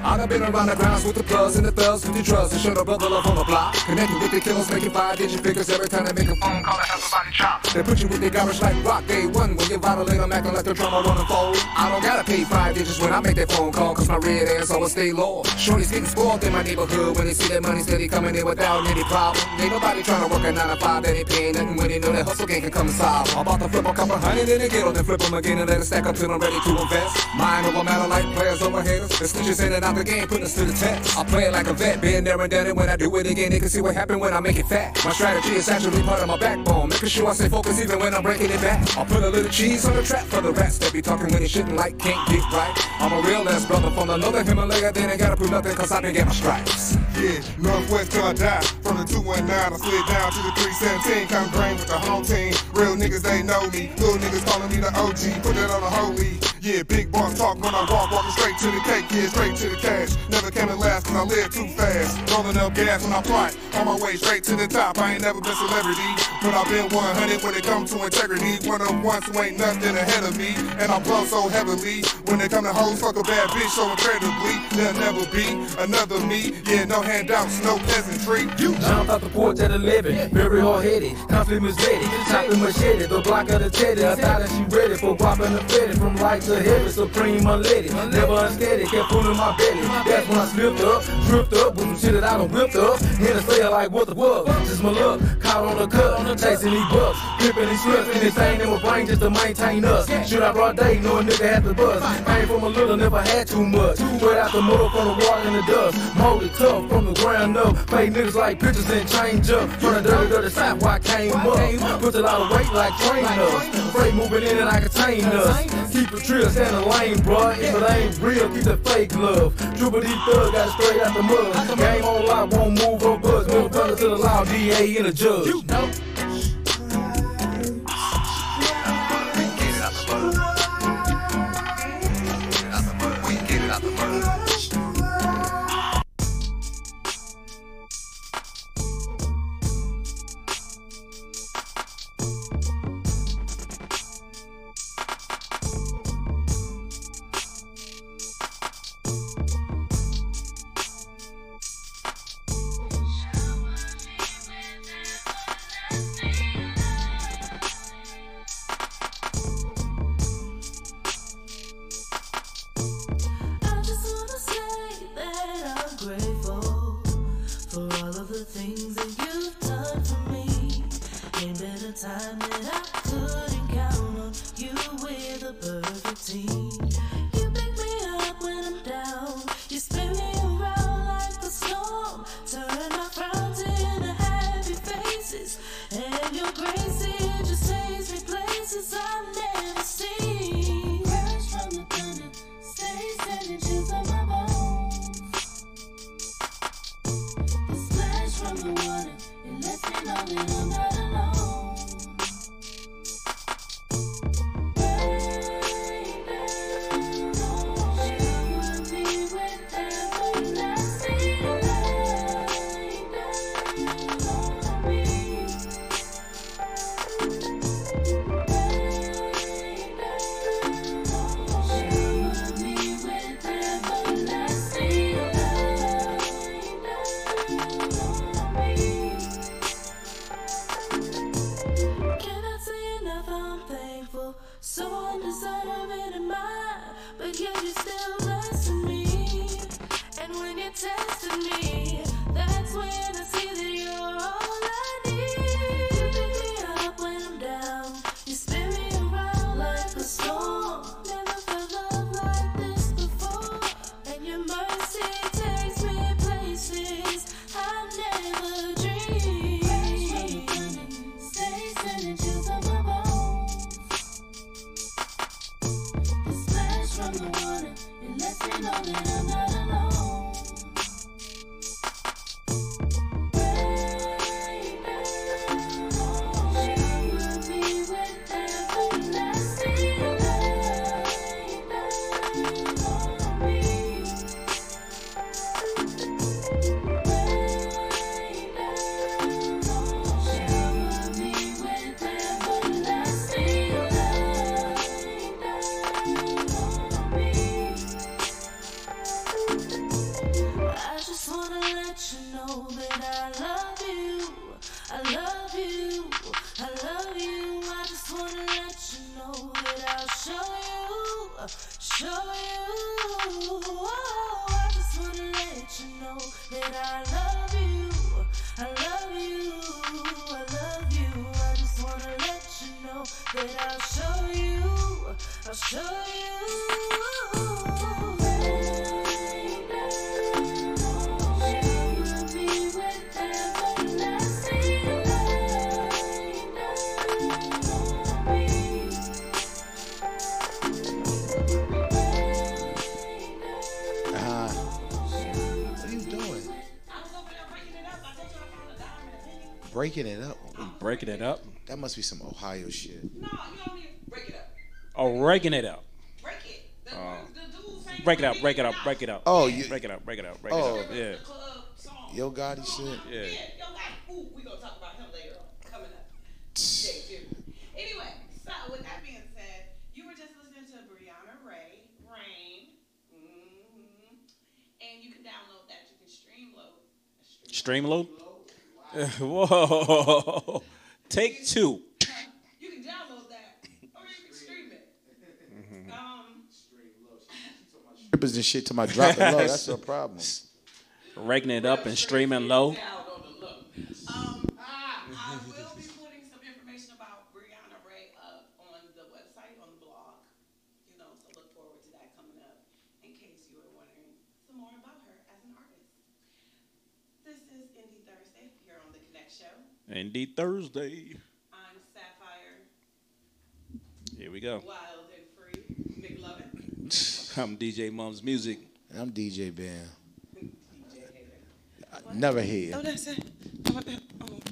Speaker 1: I'd have been around the grounds with the plugs and the thugs with the drugs and showed a brother love on the block. Connecting with the killers, making five digit figures every time they make a phone call to have somebody chopped. They put you with their garbage like rock day one when you violate them, acting like the drummer on the fold. I don't gotta pay five digits when I make that phone call, cause my red ass always stay low. Shorty's getting spoiled in my neighborhood when they see that money steady coming in without any problem. Ain't nobody tryna work a 9 to 5 that ain't paying nothing when they know that hustle game can come and solve. I'm about to flip a couple hundred in the ghetto, then flip them again and let it stack up till I'm ready to invest. Mind over matter like players over headers. The stitches in and out the game, putting us to the test. I play it like a vet, been there and done it. When I do it again, they can see what happened when I make it fat. My strategy is actually part of my backbone, making sure I stay focused even when I'm breaking it back. I put a little cheese on the trap for the rats that be talking when they shitting like can't get right. I'm a real ass brother from the northern Himalaya, they ain't gotta prove nothing cause I been get my stripes.
Speaker 9: Yeah, Northwest till I die. From the 219, I slid down to the 317. Come brain with the home team. Real niggas, they know me. Little niggas calling me the OG. Put that on the holy. Yeah, big boss talk when I walk, walking straight to the cake. Yeah, straight to the cash. Never came to last cause I live too fast. Rolling up gas when I plot. On my way straight to the top. I ain't never been celebrity. But I've been 100 when it comes to integrity. One of ones who ain't nothing ahead of me. And I blow so heavily. When it come to hoes, fuck a bad bitch so incredibly. There'll never be another me. Yeah, no handouts, no peasantry. You
Speaker 1: Jump out the porch at 11, very hard headed, conflict misleading, chopping machete, the block of the teddy. I thought that she ready for whopping the fetty from light to heavy, supreme unleaded, never unsteady, kept fooling my belly. That's when I slipped up, dripped up, with some shit that I done whipped up. Hit a slayer like what the fuck, just my luck, caught on the cut, chasing these bucks, flipping these sluts, and this ain't in my brain just to maintain us. Should I broad day, no a nigga had to bust. Came from a little, never had too much. Straight out the mud from the water in the dust, molded tough from the ground up, play niggas like pictures and change up. From the dirty, dirty side where I came up. Put a lot of weight like train us. Freight moving in and I contain us. Keep the trill, stand the lane, bruh. If it ain't real, keep the fake love. Triple D thug, got it straight out the mud. Game on lock, won't move or buzz. Middle thunder to the loud DA and the judge. You know.
Speaker 10: Shower me with endless
Speaker 11: So undeserving of mine, but yet you still blessing me. And when you're testing me, that's when I see that you're all I need. You pick me up when I'm down, you spin me around like a storm. Never felt love like this before, and your mercy takes me places I never dreamed. Stay sending chills up my bones. The splash from the water, it lets me know that I'm not alone. Baby, you will be with every nasty I just wanna let you know that I love you. I love you. I love you. I just wanna let you know that I'll show you. Show you. Oh, I just wanna let you know that I love you. I love you. I love you. I just wanna let you know that I'll show you. I'll show you.
Speaker 7: Uh, what are you doing? Breaking it up.
Speaker 6: Breaking it up.
Speaker 7: That must be some Ohio shit.
Speaker 6: Oh, breaking it up. Break it up. Break it up. Break it up.
Speaker 7: Oh, you-
Speaker 6: break it up. Break it up. Break
Speaker 7: Oh.
Speaker 6: it up. Yeah.
Speaker 7: Yo Gotti shit.
Speaker 6: Yeah.
Speaker 5: Ooh, we gonna talk about him later on. Coming up. Jay Fury. Anyway, so with that being said, you were just listening to Brianna Ray, Rain. hmm And you can download that. You can stream load.
Speaker 6: Stream loop. Whoa. Take two.
Speaker 5: You can download that. Or you can stream it. Um,
Speaker 7: Strippers and shit to my drop it low. That's a problem.
Speaker 6: Raking it up and streaming low.
Speaker 5: um, I will be putting some information about Brianna Ray up on the website, on the blog. You know, so look forward to that coming up in case you are wondering some more about her as an artist. This is Indie Thursday here on The Connect Show.
Speaker 6: Indeed Thursday.
Speaker 5: I'm Sapphire,
Speaker 6: Here we go.
Speaker 5: wild and free, McLovin.
Speaker 6: I'm DJ Mom's Music.
Speaker 7: And I'm DJ Ben. Never hating.
Speaker 5: Oh, that's it. Oh,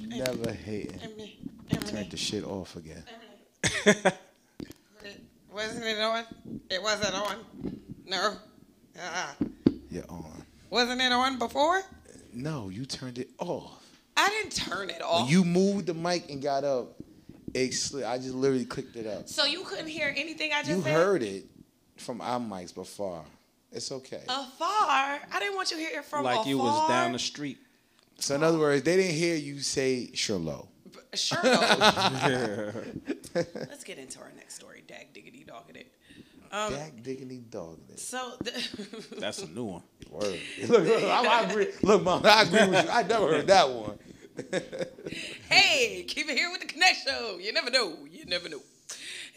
Speaker 7: Never hating.
Speaker 5: me.
Speaker 7: Turn the shit off again.
Speaker 5: Wasn't it on? It wasn't on. No. Uh-uh.
Speaker 7: You're on.
Speaker 5: Wasn't it on before?
Speaker 7: No, you turned it off.
Speaker 5: I didn't turn it
Speaker 7: When
Speaker 6: Oh.
Speaker 5: off.
Speaker 7: you moved the mic and got up, it slid. I just literally clicked it up.
Speaker 5: so you couldn't hear anything I just
Speaker 7: You
Speaker 5: said?
Speaker 7: heard it from our mics before. It's okay.
Speaker 6: Oh.
Speaker 5: Afar. I didn't want you to hear it from
Speaker 6: Like
Speaker 5: afar.
Speaker 6: you was down the street.
Speaker 7: So in other words, they didn't hear you say Sherlo.
Speaker 5: Sure. no. Let's get into our next story. Dag diggity dogging it.
Speaker 6: Oh.
Speaker 5: Um,
Speaker 7: Jack Diggity Dog.
Speaker 5: so the,
Speaker 6: That's a new one.
Speaker 7: Word. Look, look, I, I agree. Look, mom, I agree with you. I never heard that one.
Speaker 5: hey, keep it here with the Connect Show. You never know. You never know.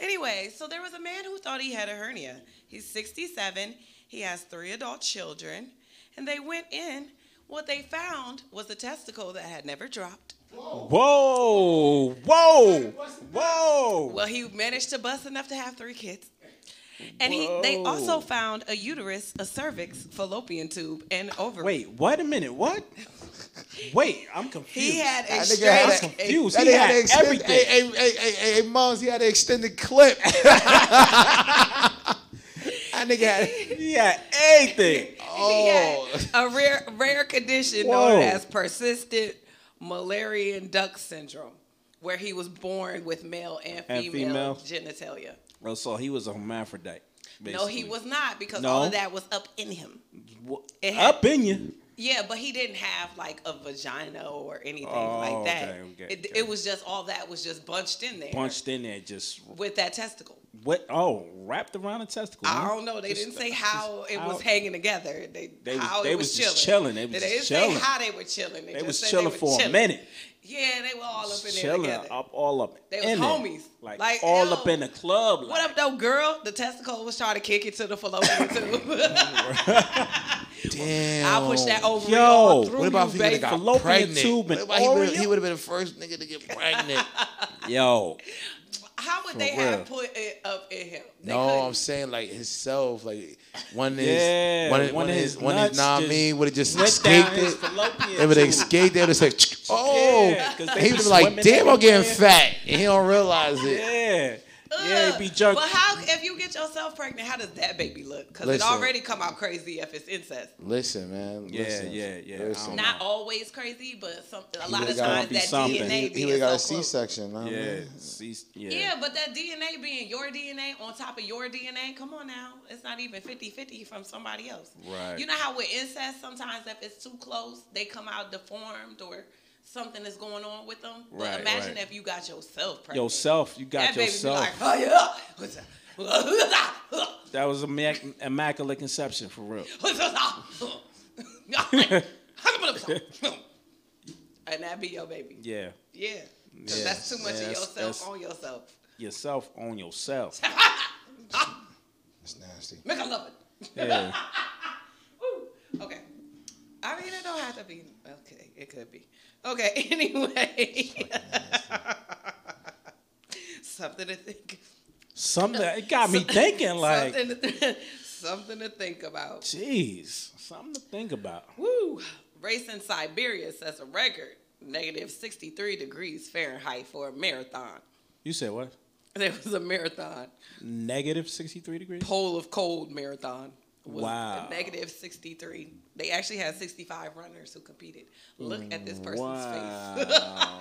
Speaker 5: Anyway, so there was a man who thought he had a hernia. He's 67. He has three adult children. And they went in. What they found was a testicle that had never dropped.
Speaker 6: Whoa. Whoa. Whoa.
Speaker 5: Well, he managed to bust enough to have three kids. And he, they also
Speaker 6: Whoa.
Speaker 5: found a uterus, a cervix, fallopian tube, and ovary.
Speaker 6: Wait, wait a minute. What? Wait, I'm confused.
Speaker 5: He had a
Speaker 7: That
Speaker 5: straight.
Speaker 7: nigga had
Speaker 6: I'm confused.
Speaker 7: That
Speaker 6: He
Speaker 7: nigga had
Speaker 6: had
Speaker 7: an extend-
Speaker 6: everything.
Speaker 7: Hey, hey, hey, hey, hey, hey, moms, he had an extended clip. that nigga had.
Speaker 6: He had everything.
Speaker 5: He had
Speaker 7: Oh,
Speaker 5: a rare rare condition
Speaker 6: Whoa.
Speaker 5: known as persistent malarian duct syndrome, where he was born with male and
Speaker 6: And
Speaker 5: female, genitalia.
Speaker 6: Well, so he was a hermaphrodite.
Speaker 5: No, he
Speaker 6: basically.
Speaker 5: was not because
Speaker 6: No.
Speaker 5: all of that was up in him.
Speaker 6: Wha-
Speaker 5: it had-
Speaker 6: Up in you.
Speaker 5: Yeah, but he didn't have like a vagina or anything
Speaker 6: Oh,
Speaker 5: like that.
Speaker 6: okay, okay,
Speaker 5: it,
Speaker 6: okay.
Speaker 5: it was just all that was just bunched in there
Speaker 6: Punched in there, just
Speaker 5: with that testicle.
Speaker 6: What? Oh, wrapped around a testicle.
Speaker 5: I
Speaker 6: huh?
Speaker 5: don't know. They
Speaker 6: Just-
Speaker 5: didn't say how it was
Speaker 6: out.
Speaker 5: hanging together. They,
Speaker 6: They was-
Speaker 5: how
Speaker 6: they
Speaker 5: it
Speaker 6: was
Speaker 5: was chilling.
Speaker 6: just chilling. They was
Speaker 5: didn't
Speaker 6: just
Speaker 5: say
Speaker 6: chilling.
Speaker 5: how they were chilling.
Speaker 6: They
Speaker 5: They, just
Speaker 6: was
Speaker 5: said
Speaker 6: chilling
Speaker 5: they were
Speaker 6: for
Speaker 5: chilling.
Speaker 6: a minute.
Speaker 5: Yeah, they were all up in there
Speaker 6: Chilling
Speaker 5: together.
Speaker 6: up, all up.
Speaker 5: They was
Speaker 6: in it.
Speaker 5: homies.
Speaker 6: Like,
Speaker 5: Like,
Speaker 6: all
Speaker 5: yo,
Speaker 6: up in the club. Like,
Speaker 5: What up, though, girl? The testicle was trying to kick it to the fallopian tube.
Speaker 7: Damn.
Speaker 5: I'll push that over
Speaker 6: Yo,
Speaker 5: all through
Speaker 7: What about if
Speaker 5: you,
Speaker 7: he would
Speaker 5: baby.
Speaker 7: have got
Speaker 6: Fallopian
Speaker 7: pregnant?
Speaker 6: tube
Speaker 7: What
Speaker 6: and
Speaker 7: about he would've-
Speaker 6: Oreo?
Speaker 7: he would have been the first nigga to get pregnant.
Speaker 6: yo,
Speaker 5: How would they
Speaker 7: For
Speaker 5: have
Speaker 7: real.
Speaker 5: put it up in him? They
Speaker 7: no,
Speaker 5: couldn't.
Speaker 7: I'm saying like himself. Like one is
Speaker 6: Yeah,
Speaker 7: one, is- one
Speaker 6: of
Speaker 7: is
Speaker 6: his
Speaker 7: one is
Speaker 6: nuts
Speaker 7: nah
Speaker 6: just
Speaker 7: me would have just
Speaker 6: went
Speaker 7: escaped
Speaker 6: down his
Speaker 7: it.
Speaker 6: fallopian
Speaker 7: If it
Speaker 6: tube.
Speaker 7: escaped, they would have said, "Oh,"
Speaker 6: Yeah, 'cause they
Speaker 7: he
Speaker 6: be
Speaker 7: would be like,
Speaker 6: swimming
Speaker 7: "Damn, I'm getting
Speaker 6: everywhere.
Speaker 7: fat," and he don't realize it.
Speaker 6: Yeah. Yeah,
Speaker 5: Ugh.
Speaker 6: it be junk.
Speaker 5: But how if you get yourself pregnant, how does that baby look? Because it
Speaker 7: Listen.
Speaker 5: already come out crazy if it's incest.
Speaker 7: Listen, man.
Speaker 6: Yeah,
Speaker 7: listen,
Speaker 6: yeah, yeah, I
Speaker 7: Listen.
Speaker 6: don't
Speaker 5: Not always crazy, but some a lot
Speaker 7: would've
Speaker 5: of
Speaker 7: gotta
Speaker 5: times
Speaker 6: be
Speaker 5: that
Speaker 6: something.
Speaker 5: DNA
Speaker 7: He
Speaker 5: being
Speaker 7: would have got a
Speaker 5: so close.
Speaker 7: C-section. know what I
Speaker 6: yeah,
Speaker 7: mean?
Speaker 6: see, yeah.
Speaker 5: Yeah. but that DNA being your DNA on top of your DNA, come on now. It's not even 50 50 from somebody else.
Speaker 6: Right.
Speaker 5: You know how with incest, sometimes if it's too close, they come out deformed or something is going on with them. But
Speaker 6: Right,
Speaker 5: imagine
Speaker 6: right.
Speaker 5: if you got yourself pregnant.
Speaker 6: Yourself, you got
Speaker 5: That baby be
Speaker 6: yourself.
Speaker 5: like, oh, yeah. What's up? What's
Speaker 6: that was a mac- immaculate conception for real.
Speaker 5: up? What's up? And that be your baby.
Speaker 6: Yeah,
Speaker 5: Yeah. 'Cause
Speaker 6: Yeah.
Speaker 5: that's too
Speaker 6: Yeah,
Speaker 5: much of
Speaker 6: that's-
Speaker 5: yourself
Speaker 6: that's-
Speaker 5: on yourself.
Speaker 6: yourself on yourself.
Speaker 7: That's nasty.
Speaker 5: Make her love it.
Speaker 6: Yeah.
Speaker 5: Woo. Okay. I mean, it don't have to be. Okay, it could be. Okay, anyway. something to think.
Speaker 6: Something it got me thinking. Like,
Speaker 5: something, to th- something to think about.
Speaker 6: jeez, something to think about.
Speaker 5: Woo! Race in Siberia sets a record negative 63 degrees Fahrenheit for a marathon.
Speaker 6: You said what?
Speaker 5: There was a marathon,
Speaker 6: Negative sixty-three degrees.
Speaker 5: pole of cold marathon. Was
Speaker 6: Wow.
Speaker 5: a Negative 63. They actually had 65 runners who competed. Look at this person's face.
Speaker 6: Wow.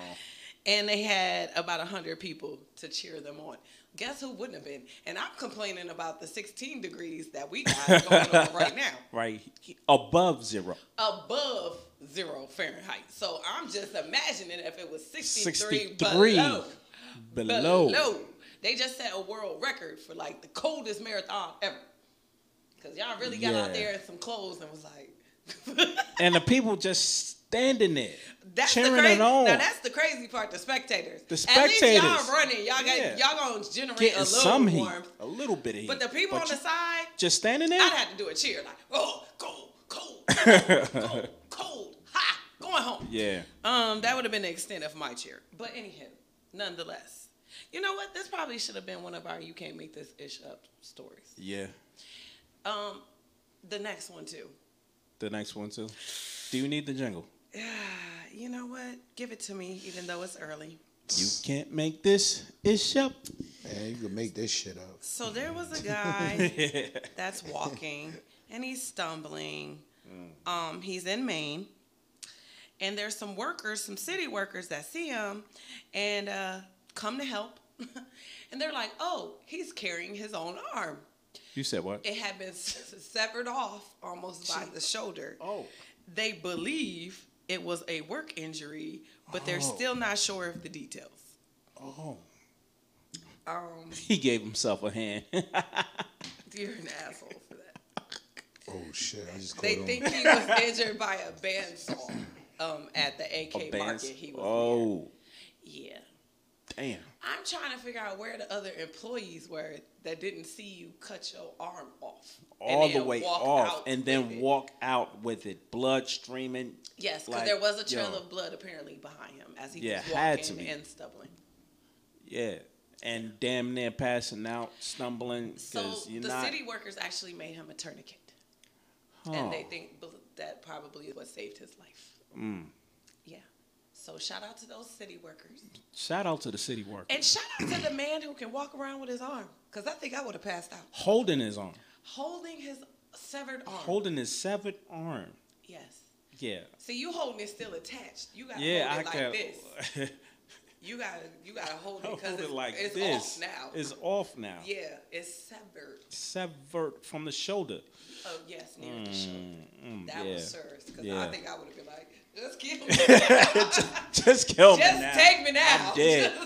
Speaker 5: and they had about 100 people to cheer them on. Guess who wouldn't have been? And I'm complaining about the 16 degrees that we got going on right now.
Speaker 6: right above zero.
Speaker 5: above zero Fahrenheit. So I'm just imagining if it was 63,
Speaker 6: 63
Speaker 5: below,
Speaker 6: Below.
Speaker 5: They just set a world record for like the coldest marathon ever. Cause y'all really got out
Speaker 6: Yeah.
Speaker 5: there in some clothes and was like,
Speaker 6: and the people just standing there,
Speaker 5: that's
Speaker 6: cheering
Speaker 5: the crazy.
Speaker 6: it on.
Speaker 5: Now that's the crazy part. The spectators.
Speaker 6: The
Speaker 5: At least
Speaker 6: spectators.
Speaker 5: y'all running. Y'all got
Speaker 6: Yeah.
Speaker 5: y'all gonna generate
Speaker 6: Getting
Speaker 5: a little
Speaker 6: some heat,
Speaker 5: warmth.
Speaker 6: a little bit of heat.
Speaker 5: But the people on the
Speaker 6: you
Speaker 5: side,
Speaker 6: just standing there.
Speaker 5: I'd have to do a cheer like, oh, cold, cold, cold, cold, cold, hot, going home.
Speaker 6: yeah.
Speaker 5: Um, that would have been the extent of my cheer. But anywho, nonetheless, you know what? This probably should have been one of our "You Can't Make This Ish Up" stories.
Speaker 6: Yeah.
Speaker 5: Um, the next one too.
Speaker 6: The next one too. Do you need the jingle?
Speaker 5: You know what? Give it to me, even though it's early.
Speaker 6: You can't make this. It's up.
Speaker 7: Man, you could make this shit up.
Speaker 5: So there was a guy that's walking and he's stumbling. Um, he's in Maine, and there's some workers, some city workers that see him and uh, come to help. and they're like, "Oh, he's carrying his own arm."
Speaker 6: You said what?
Speaker 5: it had been s- severed off almost by the shoulder.
Speaker 6: Oh.
Speaker 5: They believe it was a work injury, but they're still not sure of the details.
Speaker 6: Oh.
Speaker 5: Um,
Speaker 6: He gave himself a hand.
Speaker 5: you're an asshole for that.
Speaker 7: Oh shit! I just
Speaker 5: They
Speaker 7: caught on.
Speaker 5: think he was injured by a bandsaw um, at the
Speaker 6: A
Speaker 5: AK
Speaker 6: band-
Speaker 5: market he was near.
Speaker 6: oh,
Speaker 5: Yeah.
Speaker 6: damn.
Speaker 5: I'm trying to figure out where the other employees were that didn't see you cut your arm off. and
Speaker 6: All the
Speaker 5: then
Speaker 6: way
Speaker 5: walk
Speaker 6: off
Speaker 5: out
Speaker 6: and then
Speaker 5: with it.
Speaker 6: walk out with it. Blood streaming.
Speaker 5: Yes, because
Speaker 6: Like,
Speaker 5: there was a trail
Speaker 6: yo.
Speaker 5: of blood apparently behind him as he
Speaker 6: Yeah,
Speaker 5: was
Speaker 6: had to
Speaker 5: walking
Speaker 6: be.
Speaker 5: and stumbling.
Speaker 6: Yeah. And damn near passing out, stumbling.
Speaker 5: So
Speaker 6: Because you're
Speaker 5: the
Speaker 6: not.
Speaker 5: city workers actually made him a tourniquet,
Speaker 6: Huh. Mm.
Speaker 5: and they think bel- that probably is what saved his life. Yeah. So shout out to those city workers,
Speaker 6: Shout out to the city worker.
Speaker 5: and shout out to the man who can walk around with his arm, because I think I would have passed out
Speaker 6: Holding his arm.
Speaker 5: holding his severed arm.
Speaker 6: Holding his severed arm.
Speaker 5: yes.
Speaker 6: Yeah.
Speaker 5: See, you holding it still attached. You gotta
Speaker 6: Yeah,
Speaker 5: hold it
Speaker 6: I
Speaker 5: like
Speaker 6: can.
Speaker 5: this. You gotta you gotta hold it
Speaker 6: Hold
Speaker 5: because it's,
Speaker 6: it like
Speaker 5: it's
Speaker 6: this.
Speaker 5: off now.
Speaker 6: It's off now.
Speaker 5: yeah, it's severed.
Speaker 6: Severed from the shoulder.
Speaker 5: Oh yes, near the shoulder.
Speaker 6: mm,
Speaker 5: That
Speaker 6: yeah,
Speaker 5: was serious because I
Speaker 6: yeah.
Speaker 5: think I would have been like, just kill me.
Speaker 6: Just kill me
Speaker 5: just
Speaker 6: now.
Speaker 5: take me now.
Speaker 6: I'm dead.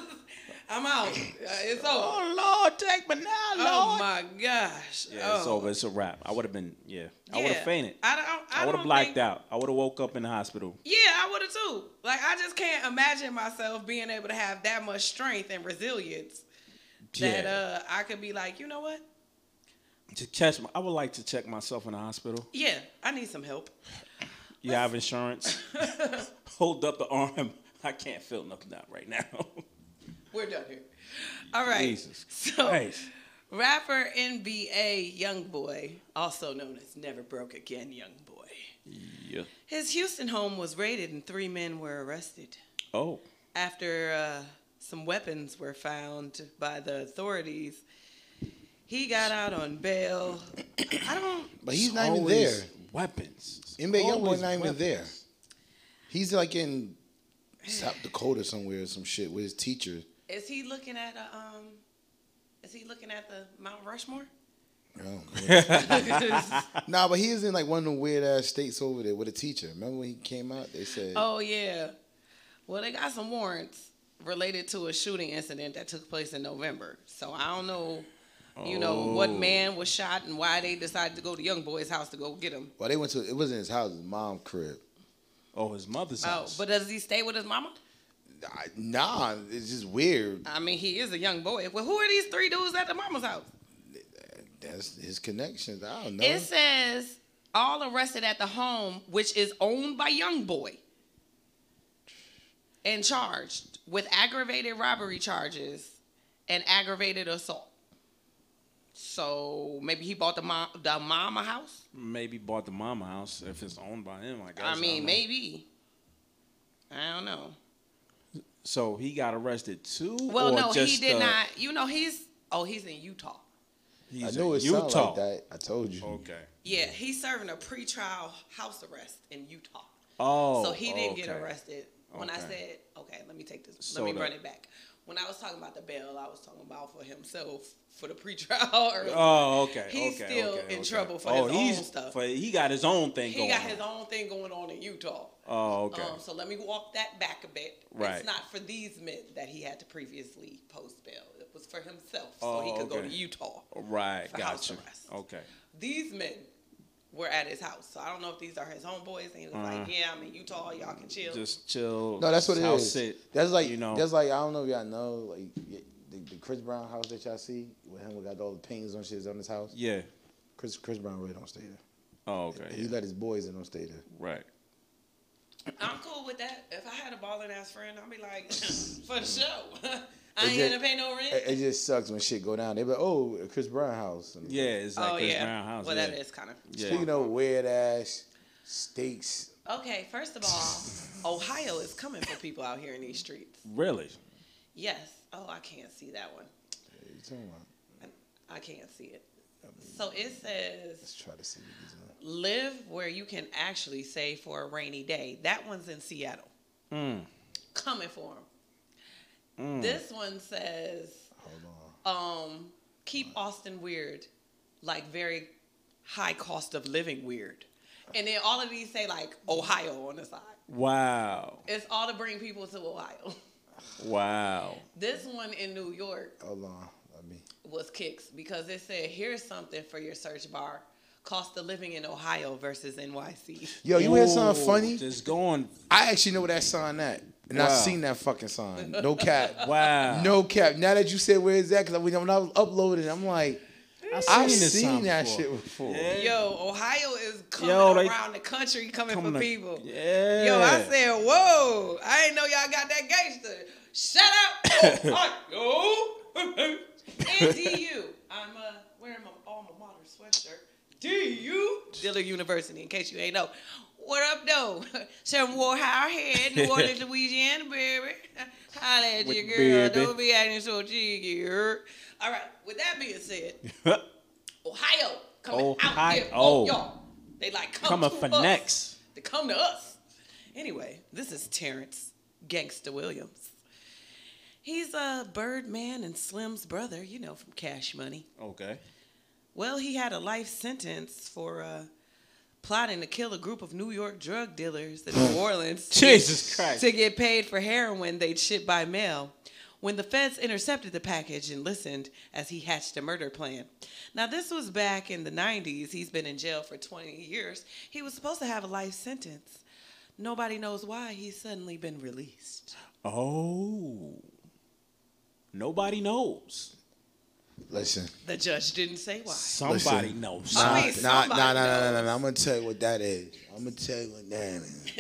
Speaker 5: I'm out. Uh, It's over. Oh
Speaker 6: Lord, take me now,
Speaker 5: Oh
Speaker 6: Lord.
Speaker 5: my gosh.
Speaker 6: Yeah, it's
Speaker 5: Oh.
Speaker 6: over. It's a wrap. I would have been, yeah. I would
Speaker 5: Yeah.
Speaker 6: have fainted.
Speaker 5: I don't. I,
Speaker 6: I, would
Speaker 5: don't
Speaker 6: have blacked
Speaker 5: think-
Speaker 6: out. I would have woke up in the hospital.
Speaker 5: Yeah, I would have too. Like I just can't imagine myself being able to have that much strength and resilience that
Speaker 6: Yeah.
Speaker 5: uh I could be like, you know what?
Speaker 6: To catch my, I would like to check myself in the hospital.
Speaker 5: Yeah, I need some help.
Speaker 6: You have insurance. Hold up the arm. I can't feel nothing out right now.
Speaker 5: We're done here. All right.
Speaker 6: Jesus
Speaker 5: So
Speaker 6: Christ.
Speaker 5: rapper NBA YoungBoy, also known as Never Broke Again YoungBoy.
Speaker 6: Yeah.
Speaker 5: His Houston home was raided and three men were arrested
Speaker 6: Oh.
Speaker 5: after uh, some weapons were found by the authorities. He got out on bail. I don't.
Speaker 7: But he's not even
Speaker 6: always
Speaker 7: there.
Speaker 6: Weapons.
Speaker 7: NBA Youngboy
Speaker 6: always
Speaker 7: not even
Speaker 6: weapons.
Speaker 7: there. He's like in South Dakota somewhere or some shit with his teacher.
Speaker 5: Is he looking at a um? Is he looking at the Mount Rushmore?
Speaker 7: No, nah, but he is in like one of the weird ass states over there with a teacher. Remember when he came out? They said,
Speaker 5: Oh yeah. Well, they got some warrants related to a shooting incident that took place in November. So I don't know, you know, what
Speaker 7: Oh.
Speaker 5: man was shot and why they decided to go to young boy's house to go get him.
Speaker 7: "Well, they went to it wasn't his house, his mom's crib."
Speaker 6: Oh, his mother's
Speaker 5: Oh, but does he stay with his mama?
Speaker 7: Nah, it's just weird.
Speaker 5: I mean, he is a young boy. Well, who are these three dudes at the mama's house?
Speaker 7: That's his connections. I don't know.
Speaker 5: It says all arrested at the home, which is owned by young boy, and charged with aggravated robbery charges and aggravated assault. So maybe he bought the mom the mama house.
Speaker 6: Maybe bought the mama house if it's owned by him. I guess.
Speaker 5: I mean,
Speaker 6: don't know.
Speaker 5: maybe. I don't know.
Speaker 6: So he got arrested too.
Speaker 5: Well,
Speaker 6: or
Speaker 5: no, he
Speaker 6: just,
Speaker 5: did
Speaker 6: uh,
Speaker 5: not. You know, he's oh, he's in Utah.
Speaker 6: He's
Speaker 7: I knew
Speaker 6: in
Speaker 7: it sounded
Speaker 6: Utah. Oh,
Speaker 7: like that. I told you.
Speaker 6: Okay.
Speaker 5: Yeah, he's serving a pretrial house arrest in Utah.
Speaker 6: Oh,
Speaker 5: So he didn't get
Speaker 6: okay.
Speaker 5: arrested. When I
Speaker 6: Okay.
Speaker 5: said, okay, let me take this,
Speaker 6: So
Speaker 5: let me
Speaker 6: the-
Speaker 5: run it back. When I was talking about the bail, I was talking about for himself for the pretrial. arrest.
Speaker 6: Oh, okay.
Speaker 5: He's
Speaker 6: okay,
Speaker 5: still
Speaker 6: okay,
Speaker 5: in
Speaker 6: okay.
Speaker 5: trouble for
Speaker 6: oh,
Speaker 5: his
Speaker 6: he's,
Speaker 5: own stuff.
Speaker 6: For, he got his own thing
Speaker 5: He
Speaker 6: going.
Speaker 5: got his
Speaker 6: on.
Speaker 5: own thing going on in Utah.
Speaker 6: Oh, okay.
Speaker 5: Um, so let me walk that back a bit.
Speaker 6: Right.
Speaker 5: It's not for these men that he had to previously post bail. It was for himself,
Speaker 6: oh,
Speaker 5: so he could go
Speaker 6: okay.
Speaker 5: to Utah.
Speaker 6: Right.
Speaker 5: for
Speaker 6: Got
Speaker 5: house
Speaker 6: you. Okay.
Speaker 5: These men were at his house, so I don't know if these are his homeboys. And he was
Speaker 6: Uh-huh.
Speaker 5: like, "Yeah, I'm in Utah. Y'all can chill."
Speaker 6: Just chill.
Speaker 7: No, that's what it
Speaker 6: house
Speaker 7: is.
Speaker 6: Sit.
Speaker 7: That's like
Speaker 6: you know.
Speaker 7: That's like I don't know if y'all know like y- the, the Chris Brown house that y'all see with him. We got all the paintings on shit on his house.
Speaker 6: yeah.
Speaker 7: Chris Chris Brown really don't stay there.
Speaker 6: Oh, okay.
Speaker 7: He let his boys in don't stay there.
Speaker 6: Right.
Speaker 5: I'm cool with that. If I had a balling ass friend, I'd be like, for the show. I
Speaker 7: It
Speaker 5: ain't
Speaker 7: ju-
Speaker 5: gonna pay no rent.
Speaker 7: It, it just sucks when shit go down. They be like, oh, Chris Brown house. And-
Speaker 6: Yeah. It's like
Speaker 5: oh
Speaker 6: Chris
Speaker 5: yeah.
Speaker 6: Brown house.
Speaker 5: well,
Speaker 6: yeah.
Speaker 5: that is kind of.
Speaker 6: Yeah.
Speaker 7: Speaking of weird ass steaks,
Speaker 5: Okay, first of all, Ohio is coming for people out here in these streets.
Speaker 6: Really.
Speaker 5: Yes. Oh, I can't see that one.
Speaker 7: you talking about?
Speaker 5: I can't see it. So it says
Speaker 7: Let's try to see what these are.
Speaker 5: live where you can actually save for a rainy day. That one's in Seattle.
Speaker 6: Mm.
Speaker 5: Coming for them.
Speaker 6: Mm.
Speaker 5: This one says, um, keep Austin weird, like very high cost of living weird. And then all of these say like Ohio on the side.
Speaker 6: Wow.
Speaker 5: It's all to bring people to Ohio.
Speaker 6: Wow.
Speaker 5: This one in New York
Speaker 7: Hold on, let me.
Speaker 5: was kicks because it said, here's something for your search bar. Cost of living in Ohio versus NYC.
Speaker 7: Yo, Oh, you hear something
Speaker 6: Ooh,
Speaker 7: funny?
Speaker 6: Just going.
Speaker 7: I actually know that sign at, and I've
Speaker 6: Wow.
Speaker 7: seen that fucking sign. No cap.
Speaker 6: Wow.
Speaker 7: No cap. Now that you said where is that? Because when I was uploading, I'm like, I've
Speaker 6: seen
Speaker 7: seen,
Speaker 6: this sign
Speaker 7: that
Speaker 6: before.
Speaker 7: shit before.
Speaker 5: Yo, Ohio is coming
Speaker 6: Yo, they-
Speaker 5: around the country coming,
Speaker 6: coming
Speaker 5: for
Speaker 6: to-
Speaker 5: people.
Speaker 6: Yeah.
Speaker 5: Yo, I said, whoa, I ain't know y'all got that gangster. Shut up. Oh, Ohio. and DU. I'm uh, wearing my alma mater sweatshirt. DU. Dillard University, in case you ain't know. What up, though? Some Warhouse head, New Orleans, Louisiana, baby. Holla at
Speaker 6: With
Speaker 5: your
Speaker 6: the eh?
Speaker 5: girl.
Speaker 6: baby.
Speaker 5: Don't be acting so cheeky. er. All right, with that being said, Ohio coming out here.
Speaker 6: Ohio.
Speaker 5: Oh, y'all. They like come
Speaker 6: Coming
Speaker 5: to
Speaker 6: for
Speaker 5: us.
Speaker 6: next.
Speaker 5: They come to us. Anyway, this is Terrence Gangsta Williams. He's a Birdman and Slim's brother, you know, from Cash Money.
Speaker 6: Okay.
Speaker 5: Well, he had a life sentence for uh, plotting to kill a group of New York drug dealers in New Orleans
Speaker 6: Jesus Christ.
Speaker 5: to get paid for heroin they'd ship by mail. when the feds intercepted the package and listened as he hatched a murder plan. Now, this was back in the 90s. He's been in jail for 20 years. He was supposed to have a life sentence. Nobody knows why he's suddenly been released.
Speaker 6: Oh. Nobody knows.
Speaker 7: Listen.
Speaker 5: The judge didn't say why.
Speaker 6: Somebody knows.
Speaker 7: Nah,
Speaker 6: I mean,
Speaker 7: nah, nah,
Speaker 6: somebody
Speaker 7: nah, nah, nah, nah. I'm gonna tell you what that is. I'm gonna tell you what that is.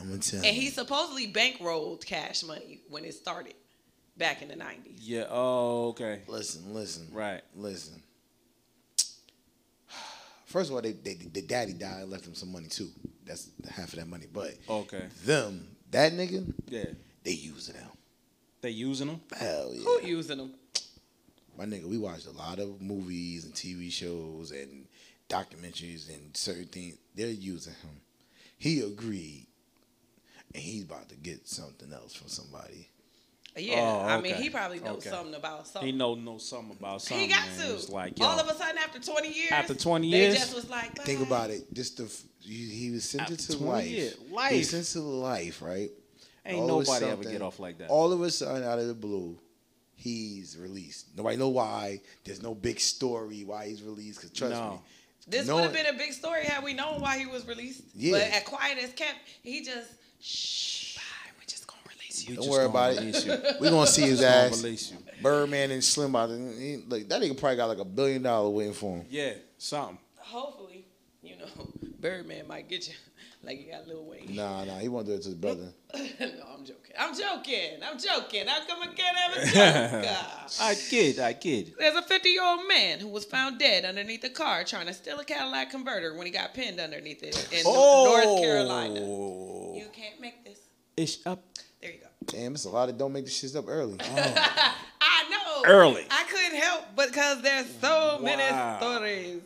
Speaker 7: I'm gonna tell
Speaker 5: and
Speaker 7: you.
Speaker 5: he supposedly bankrolled cash money when it started back in the 90s.
Speaker 6: Yeah. Oh, okay.
Speaker 7: Listen, listen.
Speaker 6: Right.
Speaker 7: Listen. First of all, they, they the daddy died, and left him some money too. That's half of that money. But
Speaker 6: Okay.
Speaker 7: them, that nigga,
Speaker 6: yeah,
Speaker 7: they using him.
Speaker 6: They using him?
Speaker 7: Hell yeah.
Speaker 5: Who using them?
Speaker 7: My nigga, we watched a lot of movies and TV shows and documentaries and certain things. They're using him. He agreed, and he's about to get something else from somebody.
Speaker 5: Yeah,
Speaker 6: Oh,
Speaker 5: I mean,
Speaker 6: okay.
Speaker 5: he probably knows
Speaker 6: Okay.
Speaker 5: something about something.
Speaker 6: He know know something about
Speaker 5: He
Speaker 6: something.
Speaker 5: got
Speaker 6: man.
Speaker 5: to.
Speaker 6: It's like, yo,
Speaker 5: All of a sudden, after 20 years,
Speaker 6: After 20
Speaker 5: they
Speaker 6: years?
Speaker 5: just was like,
Speaker 7: Think about it. Just the f- you- he was sentenced
Speaker 6: After
Speaker 7: to
Speaker 6: 20
Speaker 7: life.
Speaker 6: years.
Speaker 7: He
Speaker 6: Life.
Speaker 7: was sentenced to life, right?
Speaker 6: Ain't
Speaker 7: of a
Speaker 6: nobody ever
Speaker 7: sudden-
Speaker 6: get off like that.
Speaker 7: All of a sudden, out of the blue, he's released. Nobody know why. There's no big story why he's released. Cause trust
Speaker 6: No.
Speaker 7: me,
Speaker 5: this
Speaker 7: no
Speaker 5: would have
Speaker 7: one-
Speaker 5: been a big story had we known why he was released.
Speaker 7: Yeah.
Speaker 5: But at quiet as kept, he just, shh, bye, we're just going to release you.
Speaker 7: Don't worry about
Speaker 6: release you.
Speaker 7: it. We're gonna see his
Speaker 6: Just gonna
Speaker 7: ass.
Speaker 6: release you.
Speaker 7: Birdman and Slim out. and he- Like that nigga probably got like a billion dollar waiting for him.
Speaker 6: yeah, something.
Speaker 5: Hopefully, you know, Birdman might get you like you got Lil Wayne.
Speaker 7: Nah, nah, he won't do it to his brother.
Speaker 5: no, I'm joking. I'm joking. I'm joking. How come I can't have a joke?
Speaker 6: I kid, I kid.
Speaker 5: There's a 50 year old man who was found dead underneath a car trying to steal a Cadillac converter when he got pinned underneath it in
Speaker 6: Oh!
Speaker 5: North Carolina. You can't make this.
Speaker 6: It's up.
Speaker 5: There you go.
Speaker 7: Damn, it's a lot of don't make the shit up early.
Speaker 6: Uh-huh.
Speaker 5: I know.
Speaker 6: Early.
Speaker 5: I couldn't help because there's so
Speaker 6: Wow.
Speaker 5: many stories.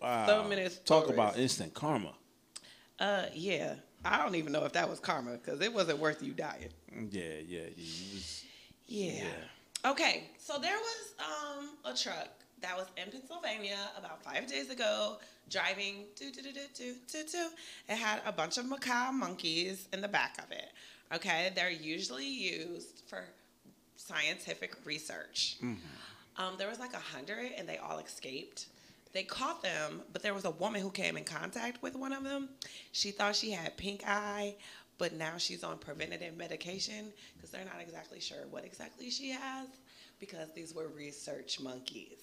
Speaker 6: Wow.
Speaker 5: So many
Speaker 6: Talk
Speaker 5: stories.
Speaker 6: about instant karma.
Speaker 5: Uh, yeah. I don't even know if that was karma because it wasn't worth you dying.
Speaker 6: Yeah, yeah. you was-
Speaker 5: Yeah. Okay, so there was um, a truck that was in Pennsylvania about five days ago, driving doo doo doo doo doo doo doo. It had a bunch of macaw monkeys in the back of it. Okay, they're usually used for scientific research. Um, there was like a hundred, and they all escaped. They caught them, but there was a woman who came in contact with one of them. She thought she had pink eye, but now she's on preventative medication because they're not exactly sure what exactly she has because these were research monkeys.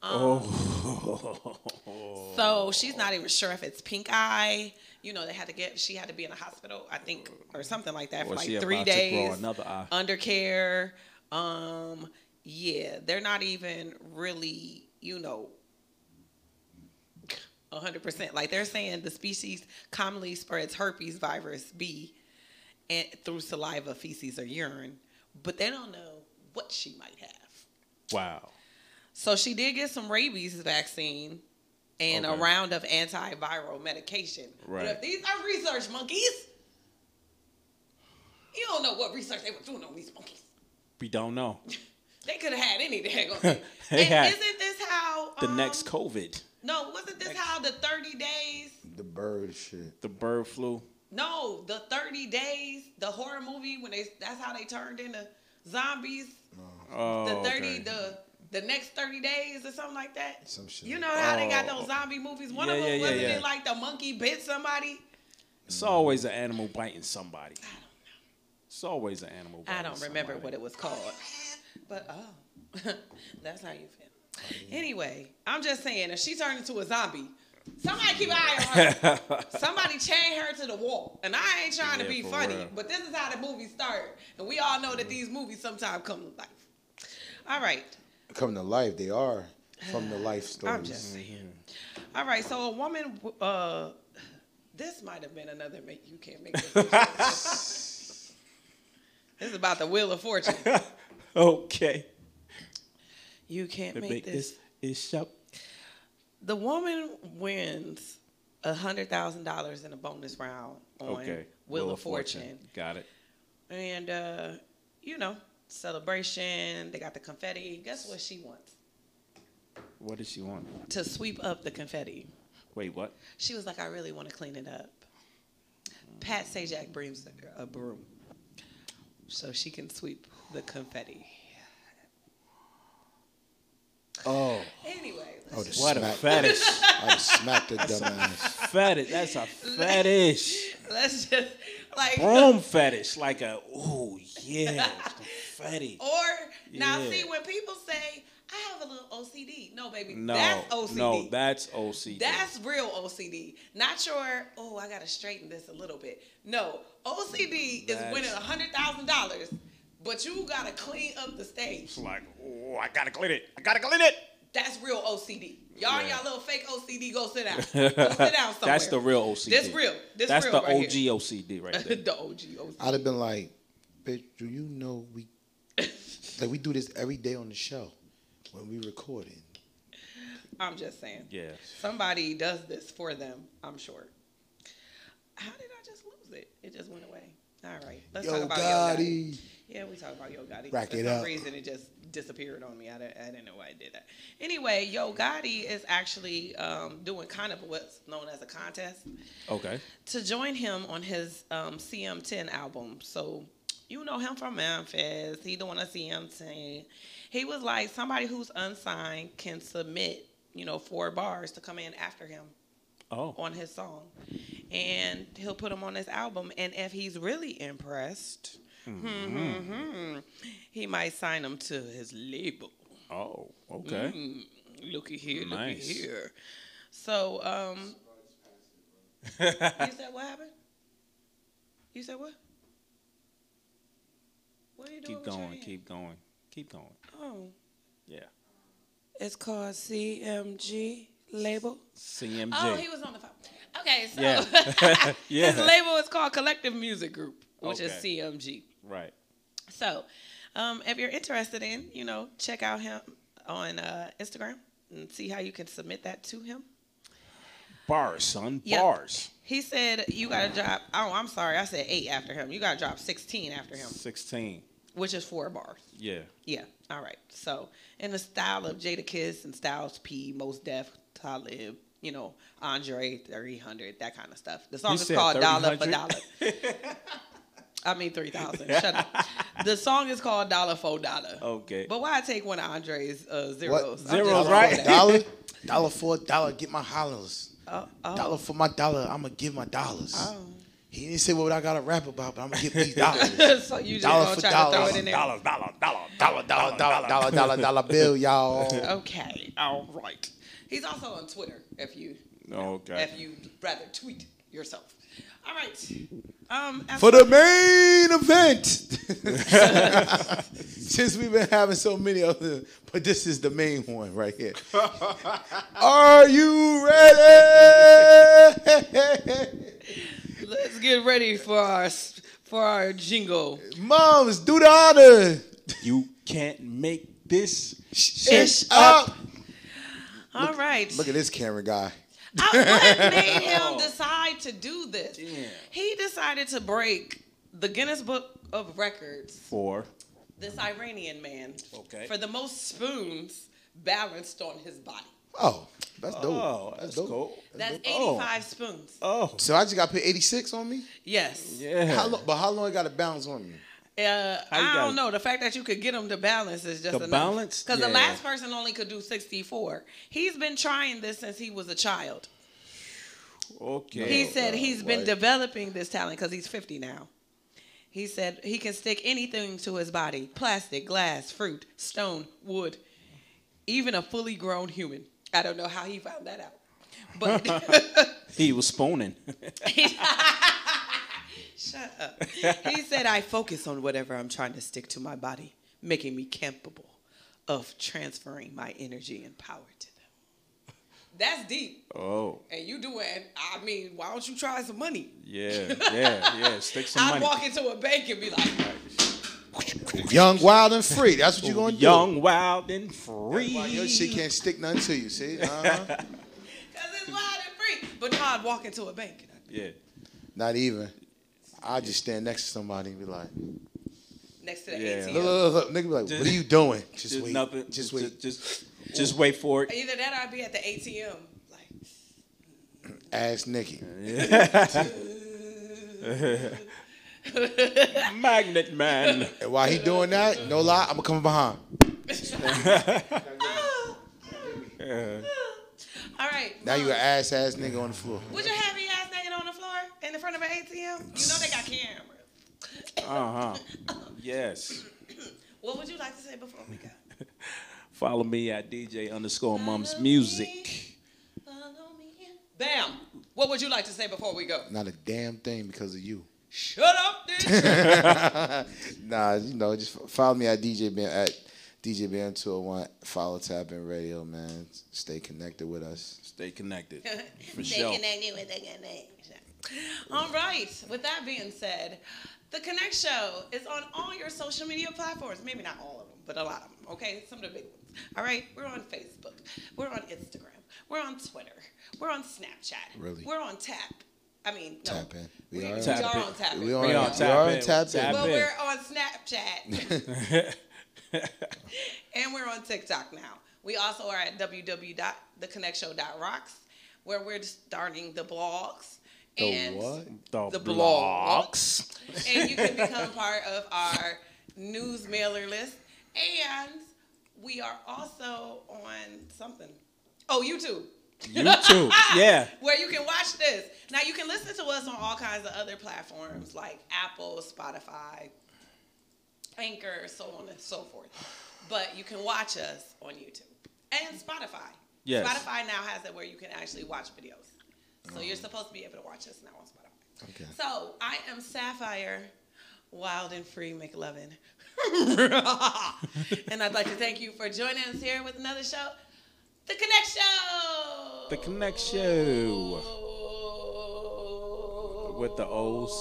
Speaker 6: Oh.
Speaker 5: Um, So she's not even sure if it's pink eye. You know, they had to get she had to be in the hospital, I think, or something like that
Speaker 6: Or
Speaker 5: for
Speaker 6: she
Speaker 5: like three
Speaker 6: about to grow
Speaker 5: days.
Speaker 6: another eye.
Speaker 5: Under care. Um, yeah, they're not even really, you know, 100%. Like they're saying the species commonly spreads herpes virus B and through saliva, feces, or urine, but they don't know what she might have.
Speaker 6: Wow.
Speaker 5: So she did get some rabies vaccine and
Speaker 6: Okay.
Speaker 5: a round of antiviral medication.
Speaker 6: Right.
Speaker 5: But if these are research monkeys, you don't know what research they were doing on these monkeys.
Speaker 6: We don't know.
Speaker 5: They could have had any daggone thing.
Speaker 6: They
Speaker 5: and
Speaker 6: had
Speaker 5: isn't this how
Speaker 6: The
Speaker 5: um,
Speaker 6: next COVID,
Speaker 5: No, wasn't this how the thirty days?
Speaker 7: The bird shit.
Speaker 6: the bird flu.
Speaker 5: No, the thirty days, the horror movie when they that's how they turned into zombies.
Speaker 6: Oh,
Speaker 5: the thirty,
Speaker 6: okay.
Speaker 5: the the next thirty days or something like that.
Speaker 7: Some shit.
Speaker 5: You know how they got
Speaker 6: Oh.
Speaker 5: those zombie movies? One
Speaker 6: Yeah,
Speaker 5: of them
Speaker 6: yeah, yeah,
Speaker 5: wasn't
Speaker 6: yeah.
Speaker 5: it like the monkey bit somebody?
Speaker 6: It's always an animal biting somebody. It's always an animal. Biting
Speaker 5: I don't remember
Speaker 6: somebody.
Speaker 5: what it was called, but oh, that's how you
Speaker 6: Oh,
Speaker 5: feel. Anyway, I'm just saying, if she turned into a zombie, somebody keep an eye on her. somebody chain her to the wall. And I ain't trying to
Speaker 6: Yeah,
Speaker 5: be
Speaker 6: for
Speaker 5: funny,
Speaker 6: real. Mm.
Speaker 5: but this is how the movies start, and we all know that these movies sometimes come to life. All right,
Speaker 7: Come to life, they are from the life stories.
Speaker 5: I'm just saying. All right, so a woman. w- Uh, this might have been another make you can't make this. this is about the wheel of fortune.
Speaker 6: Okay.
Speaker 5: You can't
Speaker 6: They
Speaker 5: make,
Speaker 6: make
Speaker 5: this.
Speaker 6: this is up.
Speaker 5: The woman wins hundred thousand dollars in a bonus round on
Speaker 6: Okay.
Speaker 5: Wheel, of Fortune.
Speaker 6: Got it.
Speaker 5: and uh, you know celebration. They got the confetti. Guess what she wants
Speaker 6: What does she want?
Speaker 5: to sweep up the confetti.
Speaker 6: Wait, what?
Speaker 5: She was like, I really want to clean it up. Pat Sajak brings a broom. so she can sweep the confetti.
Speaker 7: Oh.
Speaker 5: Anyway,
Speaker 7: I would've
Speaker 6: What a
Speaker 7: smacked-
Speaker 6: fetish.
Speaker 7: I would smack the
Speaker 6: That's
Speaker 7: dumbass.
Speaker 6: a fetish. That's a fetish.
Speaker 5: Let's just like
Speaker 6: Broom fetish. Like a, ooh, yeah. it's confetti.
Speaker 5: Or now
Speaker 6: Yeah.
Speaker 5: see when people say I have a little OCD. No, baby,
Speaker 6: No.
Speaker 5: that's OCD.
Speaker 6: No, that's OCD.
Speaker 5: That's real OCD. Not your, oh, I got to straighten this a little bit. No, OCD is
Speaker 6: That's-
Speaker 5: winning $100,000, but you got to clean up the stage.
Speaker 6: It's like, ooh, I gotta clean it. I gotta clean it.
Speaker 5: That's real OCD. Y'all,
Speaker 6: Yeah.
Speaker 5: y'all little fake OCD, go sit down. Go sit down somewhere.
Speaker 6: That's the real OCD.
Speaker 5: This real. This
Speaker 6: That's
Speaker 5: real
Speaker 6: the
Speaker 5: right
Speaker 6: OG
Speaker 5: here.
Speaker 6: OCD right there.
Speaker 5: the OG OCD.
Speaker 7: I'd have been like, bitch, do you know we like we do this every day on the show when we recording?
Speaker 5: I'm just saying.
Speaker 6: Yeah.
Speaker 5: Somebody does this for them, I'm sure. How did I just lose it? It just went away. All right. Let's
Speaker 7: Yo,
Speaker 5: talk about Yo Gotti.
Speaker 7: Gotti.
Speaker 5: Yeah, we talk about Yo Gotti.
Speaker 7: Rack
Speaker 5: For
Speaker 7: it
Speaker 5: some
Speaker 7: up.
Speaker 5: reason, it just disappeared on me. I didn't, I didn't know why I did that. Anyway, Yo Gotti is actually um, doing kind of what's known as a contest
Speaker 6: Okay.
Speaker 5: to join him on his um, CM10 album. So you know him from Memphis. He doing a CM10. He was like somebody who's unsigned can submit, you know, four bars to come in after him
Speaker 6: Oh.
Speaker 5: on his song, and he'll put him on his album. And if he's really impressed, hmm, hmm, hmm, he might sign him to his label.
Speaker 6: Oh, okay.
Speaker 5: Mm, looky here,
Speaker 6: Nice.
Speaker 5: looky here. So, um, you said what happened? You said what? What are you doing?
Speaker 6: Keep
Speaker 5: with your
Speaker 6: going.
Speaker 5: hand?
Speaker 6: Keep going. Keep going.
Speaker 5: Oh,
Speaker 6: Yeah.
Speaker 5: it's called CMG label.
Speaker 6: CMJ.
Speaker 5: Oh, he was on the phone. Okay, so
Speaker 6: Yeah. Yeah.
Speaker 5: his label is called Collective Music Group, which is
Speaker 6: Okay.
Speaker 5: CMG.
Speaker 6: right.
Speaker 5: So, um, if you're interested in, you know, check out him on uh, Instagram and see how you can submit that to him.
Speaker 6: Bars, son.
Speaker 5: Yep.
Speaker 6: Bars.
Speaker 5: He said you gotta drop. Oh, I'm sorry, I said eight after him. You gotta drop sixteen after him,
Speaker 6: Sixteen.
Speaker 5: which is four bars.
Speaker 6: Yeah.
Speaker 5: Yeah. All right. So in the style of Jada Kiss and Styles P, Most Def, Talib, you know, Andre 300, that kind of stuff. The song
Speaker 6: You
Speaker 5: is
Speaker 6: said
Speaker 5: called Dollar for
Speaker 6: 300?
Speaker 5: Dollar. I mean 3,000. Shut up. The song is called Dollar for Dollar.
Speaker 6: Okay.
Speaker 5: But why take one of Andre's uh,
Speaker 7: What?
Speaker 5: zeros? I'm
Speaker 6: Zeros,
Speaker 5: just-
Speaker 6: right?
Speaker 7: For a dollar, dollar for a dollar, get my hollers.
Speaker 5: Oh, oh.
Speaker 7: Dollar for my dollar, I'ma give my dollars.
Speaker 5: Oh.
Speaker 7: He didn't say what I gotta rap about, but I'ma get these dollars.
Speaker 5: so you just
Speaker 7: Dollar
Speaker 5: gonna
Speaker 7: for
Speaker 5: try
Speaker 7: dollar.
Speaker 5: to throw it in there.
Speaker 6: Dollar, dollar, dollar,
Speaker 7: dollar, dollar, dollar, dollar, dollar, dollar bill, y'all.
Speaker 5: Okay. All right. He's also on Twitter if you
Speaker 6: Okay.
Speaker 5: if you rather tweet yourself. All right. Um, as
Speaker 7: For the main event. Since we've been having so many of them, but this is the main one right here. Are you ready?
Speaker 5: Let's get ready for our for our jingle.
Speaker 7: Moms, do the honor.
Speaker 6: You can't make this.
Speaker 7: Ish up.
Speaker 5: All right.
Speaker 7: Look at this camera guy.
Speaker 5: I, what made him decide to do this? He decided to break the Guinness Book of Records.
Speaker 6: Four.
Speaker 5: This Iranian man
Speaker 6: Okay.
Speaker 5: for the most spoons balanced on his body.
Speaker 7: Oh, that's dope.
Speaker 6: Oh, that's
Speaker 7: dope.
Speaker 6: cool.
Speaker 5: That's
Speaker 6: Oh.
Speaker 5: 85 spoons.
Speaker 6: Oh.
Speaker 7: So I just got to put 86 on me?
Speaker 5: Yes.
Speaker 6: Yeah.
Speaker 7: How long, but how long it got to bounce on me?
Speaker 5: Uh,
Speaker 6: How you got
Speaker 5: I don't
Speaker 6: it?
Speaker 5: know. The fact that you could get him to balance is just
Speaker 6: To
Speaker 5: enough.
Speaker 6: balance?
Speaker 5: because the
Speaker 6: Yeah.
Speaker 5: last person only could do sixty four. He's been trying this since he was a child.
Speaker 6: Okay.
Speaker 5: He said
Speaker 7: God,
Speaker 5: he's been
Speaker 7: right.
Speaker 5: developing this talent because he's fifty now. He said he can stick anything to his body: plastic, glass, fruit, stone, wood, even a fully grown human. I don't know how he found that out, but
Speaker 6: he was spooning.
Speaker 5: Shut up. he said, I focus on whatever I'm trying to stick to my body, making me capable of transferring my energy and power to them. That's deep.
Speaker 6: oh.
Speaker 5: And you doing, I mean, why don't you try some money?
Speaker 6: Yeah. Yeah. Yeah. Stick some
Speaker 5: I'd
Speaker 6: money.
Speaker 5: walk into a bank and be like,
Speaker 7: Young, wild, and free. That's what you're going to do.
Speaker 6: Young, wild, and
Speaker 7: That's
Speaker 6: free.
Speaker 7: why Your shit can't stick nothing to you, see? Uh-huh.
Speaker 5: because it's wild and free. But no, I'd walk into a bank and I'd
Speaker 6: Yeah.
Speaker 7: Not even. I just stand next to somebody and be like,
Speaker 5: be next to the
Speaker 6: Yeah.
Speaker 5: ATM.
Speaker 7: look, look, look, look. Nigga be like, what are you doing? Just,
Speaker 6: Just
Speaker 7: wait.
Speaker 6: nothing.
Speaker 7: Just wait.
Speaker 6: Just, just, just wait for it.
Speaker 5: Either that or I'd be at the ATM. Like,
Speaker 7: Ask Nikki.
Speaker 6: Magnet man.
Speaker 7: And while he doing that, no lie, I'm gonna come behind.
Speaker 5: "Ah, All right. um,
Speaker 7: now you an ass ass nigga on the floor.
Speaker 5: Would you have your ass naked on the floor in the front of an ATM? You know they got cameras.
Speaker 6: Uh huh. Yes.
Speaker 5: What would you like to say before we go?
Speaker 6: Follow me at DJ underscore Mums Music.
Speaker 5: Bam. What would you like to say before we go?
Speaker 7: Not a damn thing because of you.
Speaker 5: Shut up,
Speaker 7: nah, you know, just follow me at DJ Ben at DJ Ben two hundred one. Follow Tap and Radio, man. Stay connected with us.
Speaker 6: Stay connected.
Speaker 5: They connected with the connection. All right. With that being said, the Connect Show is on all your social media platforms. Maybe not all of them, but a lot of them. Okay, some of the big ones. All right, we're on Facebook. We're on Instagram. We're on Twitter. We're on Snapchat.
Speaker 7: Really?
Speaker 5: We're on Tap. I mean, no.
Speaker 7: Tap in. We,
Speaker 5: Oh. We,
Speaker 7: are,
Speaker 5: we
Speaker 7: on-
Speaker 5: are on Tap.
Speaker 7: We are,
Speaker 6: We
Speaker 7: on
Speaker 6: on Tap
Speaker 7: We are
Speaker 6: In.
Speaker 7: on tap in.
Speaker 6: Tap
Speaker 5: But
Speaker 6: in.
Speaker 5: we're on Snapchat and we're on TikTok now. We also are at www.theconnectshow.rocks where we're starting the blogs.
Speaker 7: The
Speaker 5: and
Speaker 7: what?
Speaker 5: The blocks. and you can become part of our news mailer list. And we are also on something. Oh, YouTube.
Speaker 6: YouTube. Yeah.
Speaker 5: Where you can watch this. Now you can listen to us on all kinds of other platforms like Apple, Spotify, Anchor, so on and so forth. But you can watch us on YouTube and Spotify.
Speaker 6: Yes.
Speaker 5: Spotify now has it where you can actually watch videos. So you're supposed to be able to watch us now on Spotify.
Speaker 7: Okay.
Speaker 5: So I am Sapphire, wild and free McLovin. and I'd like to thank you for joining us here with another show, The Connect Show.
Speaker 6: The Connect Show. With the O's.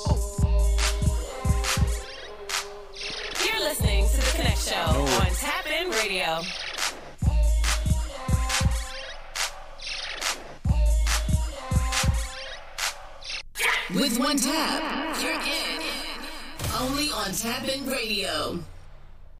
Speaker 4: You're listening to The Connect Show on Tap In Radio.
Speaker 3: With one tap, you're in. Only on Tap In Radio.